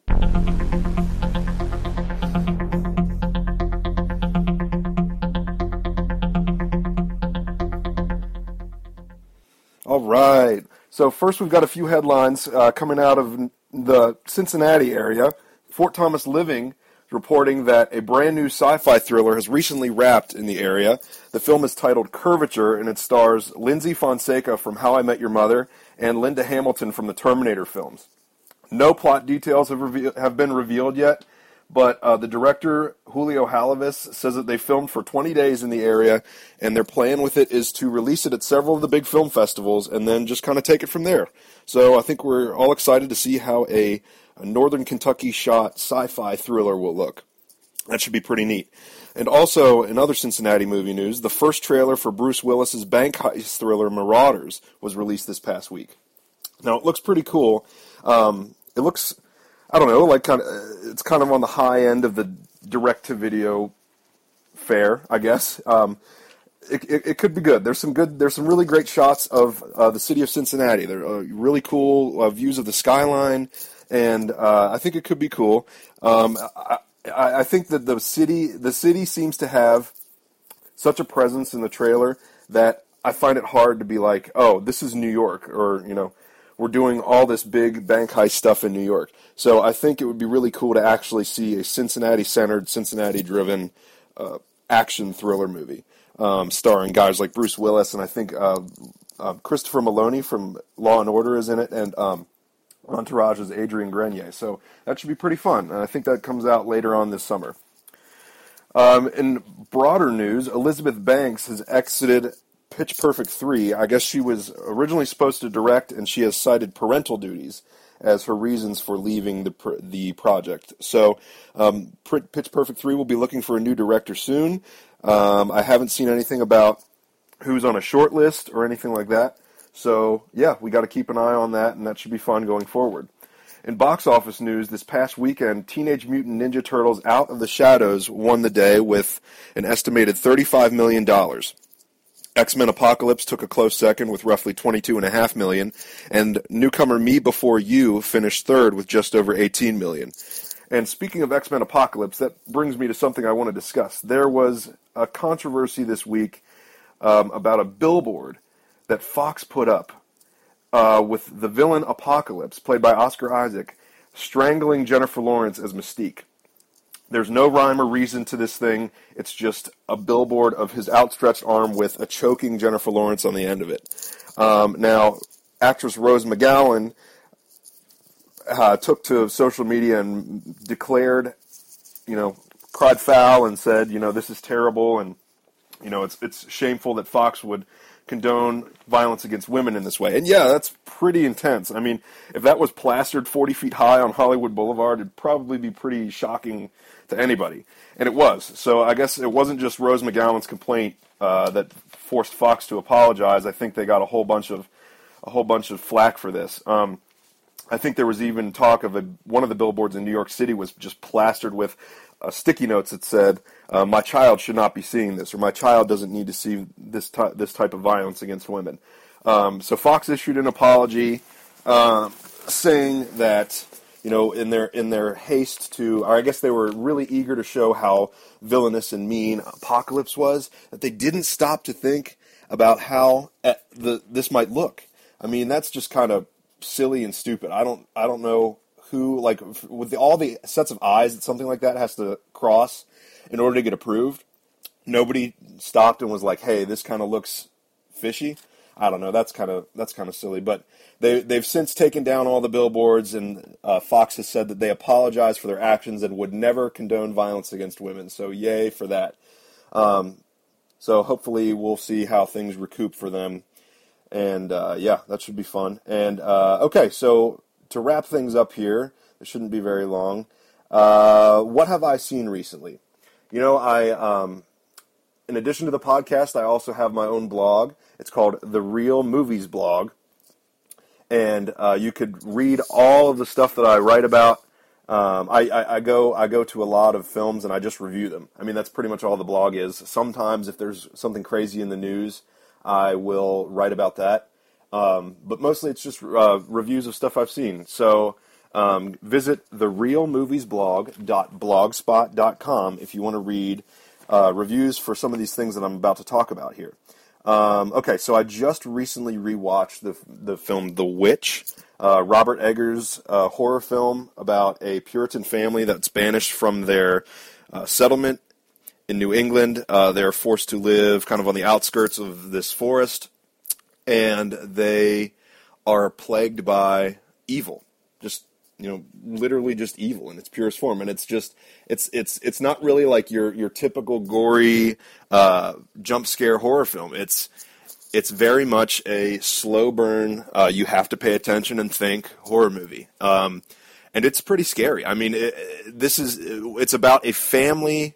All right. So, first, we've got a few headlines uh, coming out of n- the Cincinnati area. Fort Thomas Living is reporting that a brand new sci fi thriller has recently wrapped in the area. The film is titled Curvature, and it stars Lindsay Fonseca from How I Met Your Mother and Linda Hamilton from the Terminator films. No plot details have, reveal- have been revealed yet, but uh, the director, Julio Halavis, says that they filmed for 20 days in the area, and their plan with it is to release it at several of the big film festivals and then just kind of take it from there. So I think we're all excited to see how a, a Northern Kentucky shot sci fi thriller will look. That should be pretty neat. And also, in other Cincinnati movie news, the first trailer for Bruce Willis's bank heist thriller Marauders was released this past week. Now it looks pretty cool. Um, it looks, I don't know, like kind of, uh, it's kind of on the high end of the direct to video fare, I guess. Um, it, it, it could be good. There's some good. There's some really great shots of uh, the city of Cincinnati. There are really cool uh, views of the skyline, and uh, I think it could be cool. Um, I, I I think that the city the city seems to have such a presence in the trailer that I find it hard to be like, oh, this is New York, or you know, we're doing all this big bank heist stuff in New York. So I think it would be really cool to actually see a Cincinnati centered, Cincinnati driven uh, action thriller movie um, starring guys like Bruce Willis and I think uh, uh, Christopher Maloney from Law and Order is in it, and um, Entourage is Adrian Grenier. So that should be pretty fun, and I think that comes out later on this summer. Um, in broader news, Elizabeth Banks has exited Pitch Perfect 3. I guess she was originally supposed to direct, and she has cited parental duties as her reasons for leaving the, pr- the project. So, um, Pr- Pitch Perfect 3 will be looking for a new director soon. Um, I haven't seen anything about who's on a short list or anything like that. So, yeah, we got to keep an eye on that, and that should be fun going forward. In box office news, this past weekend, Teenage Mutant Ninja Turtles Out of the Shadows won the day with an estimated $35 million. X Men Apocalypse took a close second with roughly $22.5 million, and newcomer Me Before You finished third with just over $18 million. And speaking of X Men Apocalypse, that brings me to something I want to discuss. There was a controversy this week um, about a billboard that Fox put up uh, with the villain Apocalypse, played by Oscar Isaac, strangling Jennifer Lawrence as Mystique. There's no rhyme or reason to this thing. It's just a billboard of his outstretched arm with a choking Jennifer Lawrence on the end of it. Um, now, actress Rose McGowan uh, took to social media and declared, you know, cried foul and said, you know, this is terrible and you know, it's it's shameful that Fox would condone violence against women in this way. And yeah, that's pretty intense. I mean, if that was plastered 40 feet high on Hollywood Boulevard, it'd probably be pretty shocking to anybody. And it was. So I guess it wasn't just Rose McGowan's complaint uh, that forced Fox to apologize. I think they got a whole bunch of a whole bunch of flack for this. Um, I think there was even talk of a, one of the billboards in New York City was just plastered with uh, sticky notes that said, uh, "My child should not be seeing this," or "My child doesn't need to see this ty- this type of violence against women." Um, so Fox issued an apology, um saying that you know in their in their haste to, or I guess they were really eager to show how villainous and mean Apocalypse was, that they didn't stop to think about how uh, the this might look. I mean, that's just kind of silly and stupid. I don't I don't know who like f- with the, all the sets of eyes that something like that has to cross in order to get approved. Nobody stopped and was like, "Hey, this kind of looks fishy." I don't know. That's kind of that's kind of silly. But they they've since taken down all the billboards, and uh, Fox has said that they apologize for their actions and would never condone violence against women. So yay for that. Um, so hopefully we'll see how things recoup for them and uh, yeah, that should be fun. And uh, okay, so to wrap things up here, it shouldn't be very long. Uh, what have I seen recently? You know, I um, in addition to the podcast, I also have my own blog. It's called the Real Movies Blog, and uh, you could read all of the stuff that I write about. Um, I, I, I go I go to a lot of films and I just review them. I mean, that's pretty much all the blog is. Sometimes, if there's something crazy in the news, I will write about that. Um, but mostly, it's just uh, reviews of stuff I've seen. So um, visit therealmoviesblog.blogspot.com if you want to read uh, reviews for some of these things that I'm about to talk about here. Um, okay, so I just recently rewatched the the film The Witch, uh, Robert Eggers' uh, horror film about a Puritan family that's banished from their uh, settlement in New England. Uh, they're forced to live kind of on the outskirts of this forest, and they are plagued by evil. Just you know, literally just evil in its purest form. And it's just it's it's it's not really like your your typical gory uh, jump scare horror film. It's it's very much a slow burn. Uh, you have to pay attention and think horror movie. Um, and it's pretty scary. I mean, it, it- this is it's about a family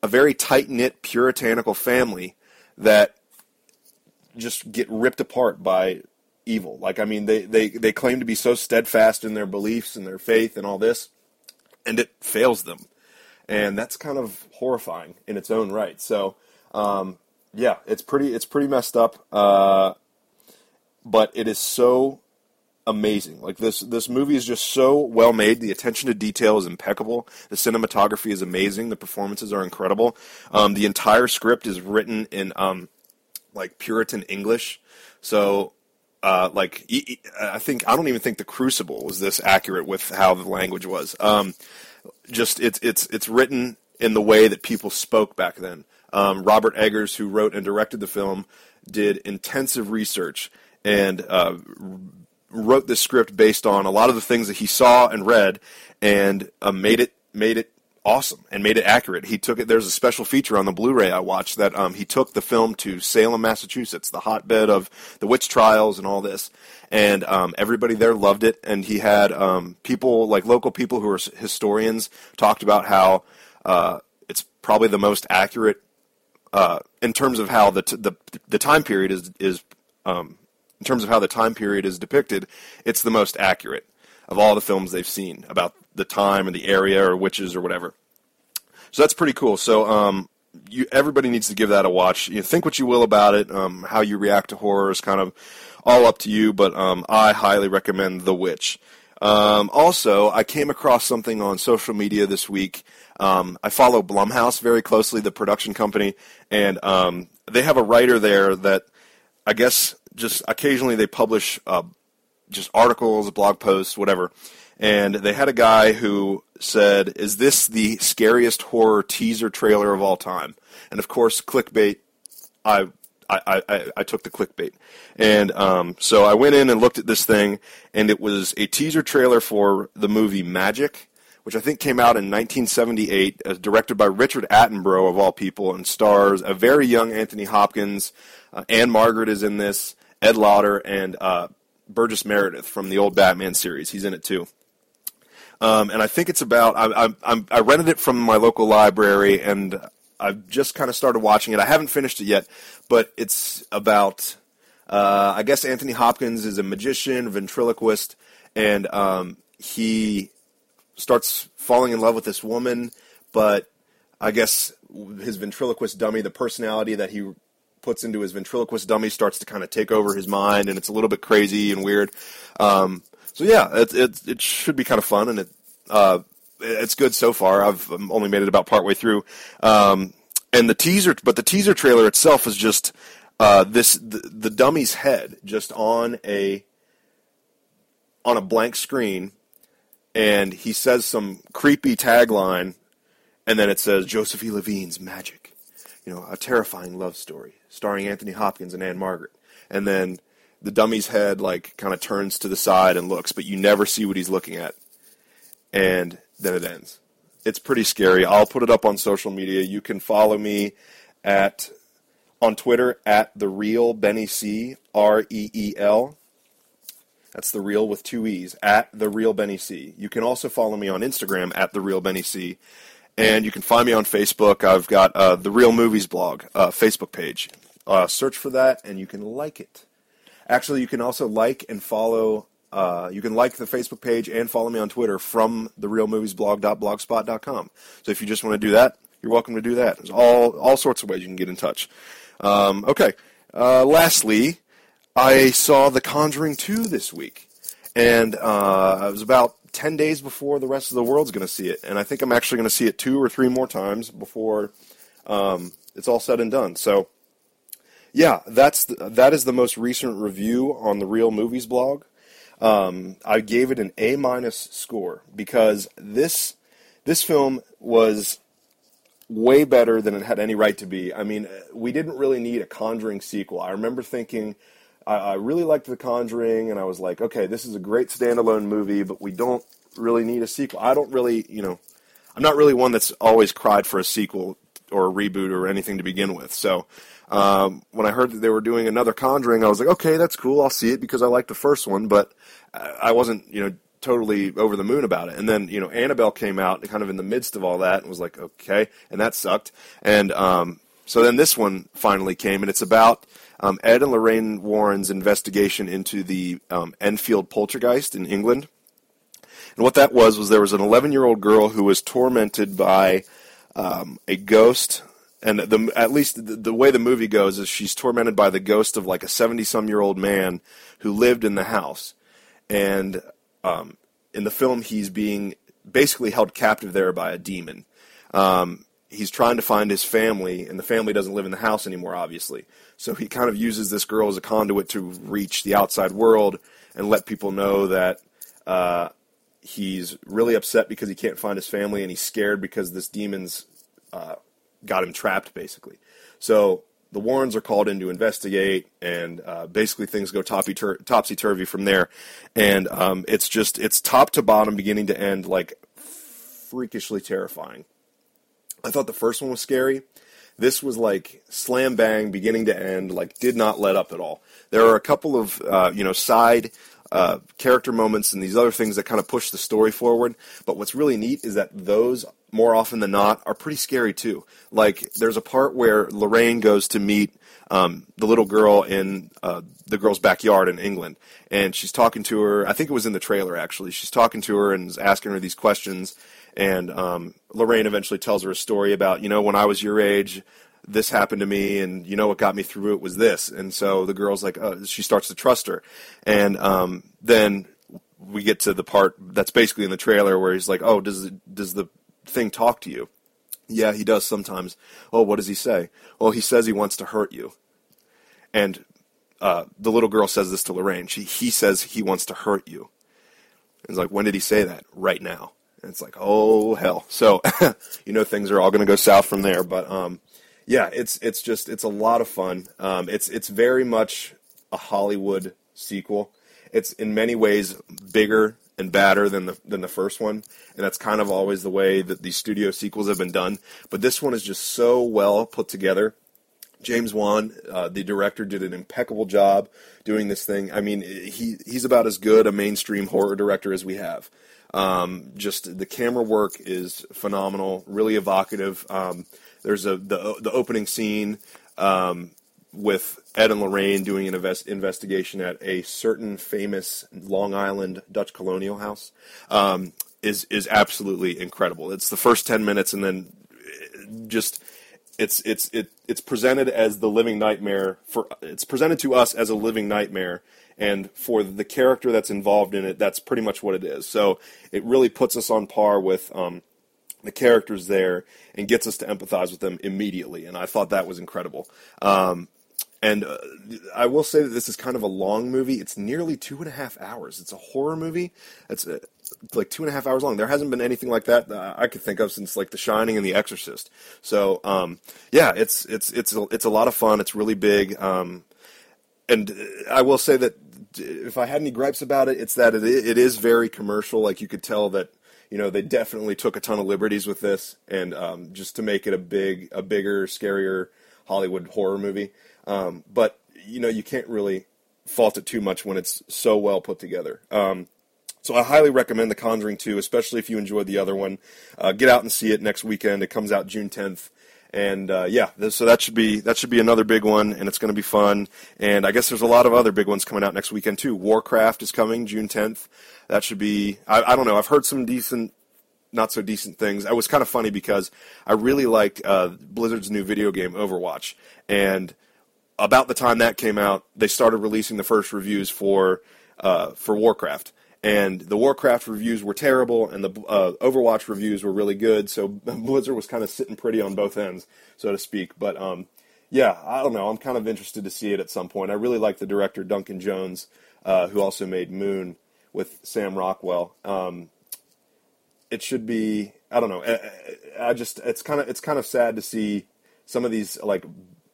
a very tight knit puritanical family that just get ripped apart by evil. Like I mean they, they, they claim to be so steadfast in their beliefs and their faith and all this and it fails them. And that's kind of horrifying in its own right. So um, yeah, it's pretty it's pretty messed up. Uh, but it is so amazing. Like this this movie is just so well made. The attention to detail is impeccable. The cinematography is amazing. The performances are incredible. Um, the entire script is written in um, like Puritan English. So uh, like e- e- I think I don't even think the Crucible was this accurate with how the language was. Um, just it's it's it's written in the way that people spoke back then. Um, Robert Eggers, who wrote and directed the film, did intensive research and uh, r- wrote the script based on a lot of the things that he saw and read, and uh, made it made it awesome and made it accurate. He took it. There's a special feature on the Blu-ray I watched that um, he took the film to Salem, Massachusetts, the hotbed of the witch trials and all this, and um, everybody there loved it. And he had um, people like local people who are s- historians talked about how uh, it's probably the most accurate uh, in terms of how the t- the the time period is is um, in terms of how the time period is depicted, it's the most accurate of all the films they've seen about the time or the area or witches or whatever. So that's pretty cool. So um, you, everybody needs to give that a watch. You think what you will about it. Um, how you react to horror is kind of all up to you, but um, I highly recommend The Witch. Um, also, I came across something on social media this week. Um, I follow Blumhouse very closely, the production company, and um, they have a writer there that I guess just occasionally they publish uh, just articles, blog posts, whatever. And they had a guy who said, "Is this the scariest horror teaser trailer of all time?" And of course, clickbait. I I, I- I, I took the clickbait, and um, so I went in and looked at this thing, and it was a teaser trailer for the movie Magic, which I think came out in 1978, uh, directed by Richard Attenborough of all people, and stars a very young Anthony Hopkins. Uh, Anne Margaret is in this, Ed Lauder, and uh, Burgess Meredith from the old Batman series. He's in it too. Um, and I think it's about I, I, I'm, I rented it from my local library, and I've just kind of started watching it. I haven't finished it yet, but it's about uh, I guess Anthony Hopkins is a magician, ventriloquist, and um, he starts falling in love with this woman, but I guess his ventriloquist dummy, the personality that he puts into his ventriloquist dummy, starts to kind of take over his mind, and it's a little bit crazy and weird. Um, so yeah, it, it it should be kind of fun, and it uh, it's good so far. I've um, only made it about partway through, um, and the teaser, but the teaser trailer itself is just uh, this the, the dummy's head just on a on a blank screen and he says some creepy tagline, and then it says Josephine Levine's magic, you know, a terrifying love story starring Anthony Hopkins and Anne Margaret, and then the dummy's head like kind of turns to the side and looks, but you never see what he's looking at, and then it ends. It's pretty scary. I'll put it up on social media. You can follow me at on Twitter at the real Benny C R E E L. That's the real with two e's at the real Benny C. You can also follow me on Instagram at the real Benny C, and you can find me on Facebook. I've got uh, the real movies blog uh, Facebook page. Uh, search for that, and you can like it. Actually, you can also like and follow. Uh, you can like the Facebook page and follow me on Twitter from the real movies blog.blogspot.com. So if you just want to do that, you're welcome to do that. There's all all sorts of ways you can get in touch. Um, okay. Uh, lastly, I saw The Conjuring 2 this week, and uh, it was about 10 days before the rest of the world's going to see it. And I think I'm actually going to see it two or three more times before um, it's all said and done. So, yeah, that's the, that is the most recent review on the Real Movies blog. Um, I gave it an A minus score because this this film was way better than it had any right to be. I mean, we didn't really need a Conjuring sequel. I remember thinking, I, I really liked The Conjuring, and I was like, okay, this is a great standalone movie, but we don't really need a sequel. I don't really, you know, I'm not really one that's always cried for a sequel or a reboot or anything to begin with. So um, when I heard that they were doing another Conjuring, I was like, okay, that's cool. I'll see it because I liked the first one, but I I wasn't, you know, totally over the moon about it. And then, you know, Annabelle came out kind of in the midst of all that and was like, okay, and that sucked. And um, so then this one finally came, and it's about um, Ed and Lorraine Warren's investigation into the um, Enfield poltergeist in England. And what that was was there was an 11 year old girl who was tormented by um, a ghost and the at least the, the way the movie goes is she's tormented by the ghost of like a 70 some year old man who lived in the house and um, in the film he's being basically held captive there by a demon um, he's trying to find his family and the family doesn't live in the house anymore obviously so he kind of uses this girl as a conduit to reach the outside world and let people know that uh, he's really upset because he can't find his family and he's scared because this demon's uh, got him trapped basically. So the Warrens are called in to investigate, and uh, basically things go topsy topsy turvy from there. And um, it's just it's top to bottom, beginning to end, like freakishly terrifying. I thought the first one was scary. This was like slam bang, beginning to end, like did not let up at all. There are a couple of uh, you know side uh, character moments and these other things that kind of push the story forward. But what's really neat is that those, more often than not, are pretty scary too. Like there's a part where Lorraine goes to meet um, the little girl in uh, the girl's backyard in England, and she's talking to her. I think it was in the trailer actually. She's talking to her and is asking her these questions. And um, Lorraine eventually tells her a story about, you know, when I was your age, this happened to me and you know what got me through it was this and so the girl's like uh, she starts to trust her and um, then we get to the part that's basically in the trailer where he's like oh does it, does the thing talk to you yeah he does sometimes oh what does he say well he says he wants to hurt you and uh, the little girl says this to Lorraine she he says he wants to hurt you and it's like when did he say that right now and it's like oh hell so (laughs) you know things are all going to go south from there but um yeah, it's it's just it's a lot of fun. Um, it's it's very much a Hollywood sequel. It's in many ways bigger and badder than the than the first one, and that's kind of always the way that these studio sequels have been done. But this one is just so well put together. James Wan, uh, the director, did an impeccable job doing this thing. I mean, he he's about as good a mainstream horror director as we have. Um, just the camera work is phenomenal, really evocative. Um, there's a the the opening scene um, with Ed and Lorraine doing an invest, investigation at a certain famous Long Island Dutch colonial house um, is is absolutely incredible. It's the first ten minutes, and then just it's it's it it's presented as the living nightmare for it's presented to us as a living nightmare and for the character that's involved in it that's pretty much what it is so it really puts us on par with um, the characters there and gets us to empathize with them immediately. And I thought that was incredible. Um, and uh, I will say that this is kind of a long movie. It's nearly two and a half hours. It's a horror movie. It's uh, like two and a half hours long. There hasn't been anything like that, that I could think of since like The Shining and The Exorcist. So um, yeah, it's it's it's a, it's a lot of fun. It's really big. Um, and I will say that if I had any gripes about it, it's that it, it is very commercial. Like you could tell that you know they definitely took a ton of liberties with this and um, just to make it a big a bigger scarier hollywood horror movie um, but you know you can't really fault it too much when it's so well put together um, so i highly recommend the conjuring 2 especially if you enjoyed the other one uh, get out and see it next weekend it comes out june 10th and uh, yeah, th- so that should be that should be another big one, and it's going to be fun. And I guess there's a lot of other big ones coming out next weekend too. Warcraft is coming June 10th. That should be I, I don't know. I've heard some decent, not so decent things. It was kind of funny because I really liked uh, Blizzard's new video game Overwatch, and about the time that came out, they started releasing the first reviews for uh, for Warcraft and the Warcraft reviews were terrible, and the uh, Overwatch reviews were really good. So (laughs) Blizzard was kind of sitting pretty on both ends, so to speak. But um, yeah, I don't know. I'm kind of interested to see it at some point. I really like the director Duncan Jones, uh, who also made Moon with Sam Rockwell. Um, it should be. I don't know. eh, I, I just it's kind of it's kind of sad to see some of these like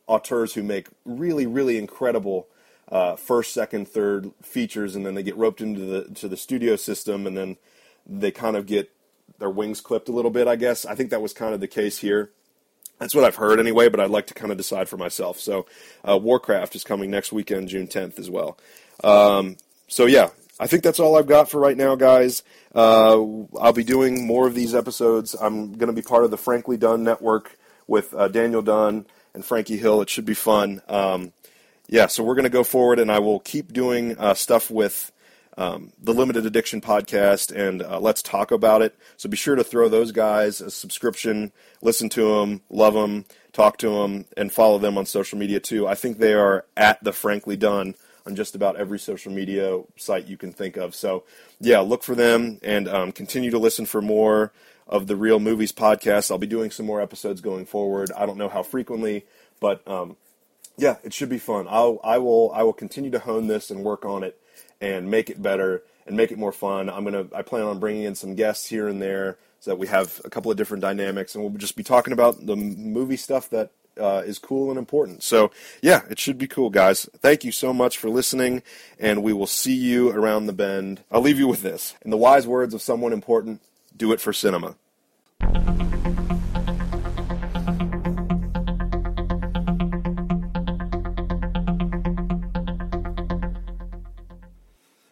auteurs who make really really incredible uh, first, second, third features, and then they get roped into the to the studio system, and then they kind of get their wings clipped a little bit. I guess I think that was kind of the case here. That's what I've heard anyway, but I'd like to kind of decide for myself. So, uh, Warcraft is coming next weekend, June 10th as well. Um, so yeah, I think that's all I've got for right now, guys. Uh, I'll be doing more of these episodes. I'm going to be part of the Frankly Dunn Network with uh, Daniel Dunn and Frankie Hill. It should be fun. Um, yeah, so we're going to go forward, and I will keep doing uh, stuff with um, the Limited Addiction Podcast, and uh, Let's Talk About It. So be sure to throw those guys a subscription, listen to them, love them, talk to them, and follow them on social media too. I think they are at the Frankly Done on just about every social media site you can think of. So yeah, look for them and um, continue to listen for more of the Real Movies Podcast. I'll be doing some more episodes going forward. I don't know how frequently, but um, yeah, it should be fun. I'll I will I will continue to hone this and work on it and make it better and make it more fun. I'm gonna I plan on bringing in some guests here and there so that we have a couple of different dynamics and we'll just be talking about the movie stuff that uh, is cool and important. So yeah, it should be cool, guys. Thank you so much for listening, and we will see you around the bend. I'll leave you with this in the wise words of someone important: Do it for cinema.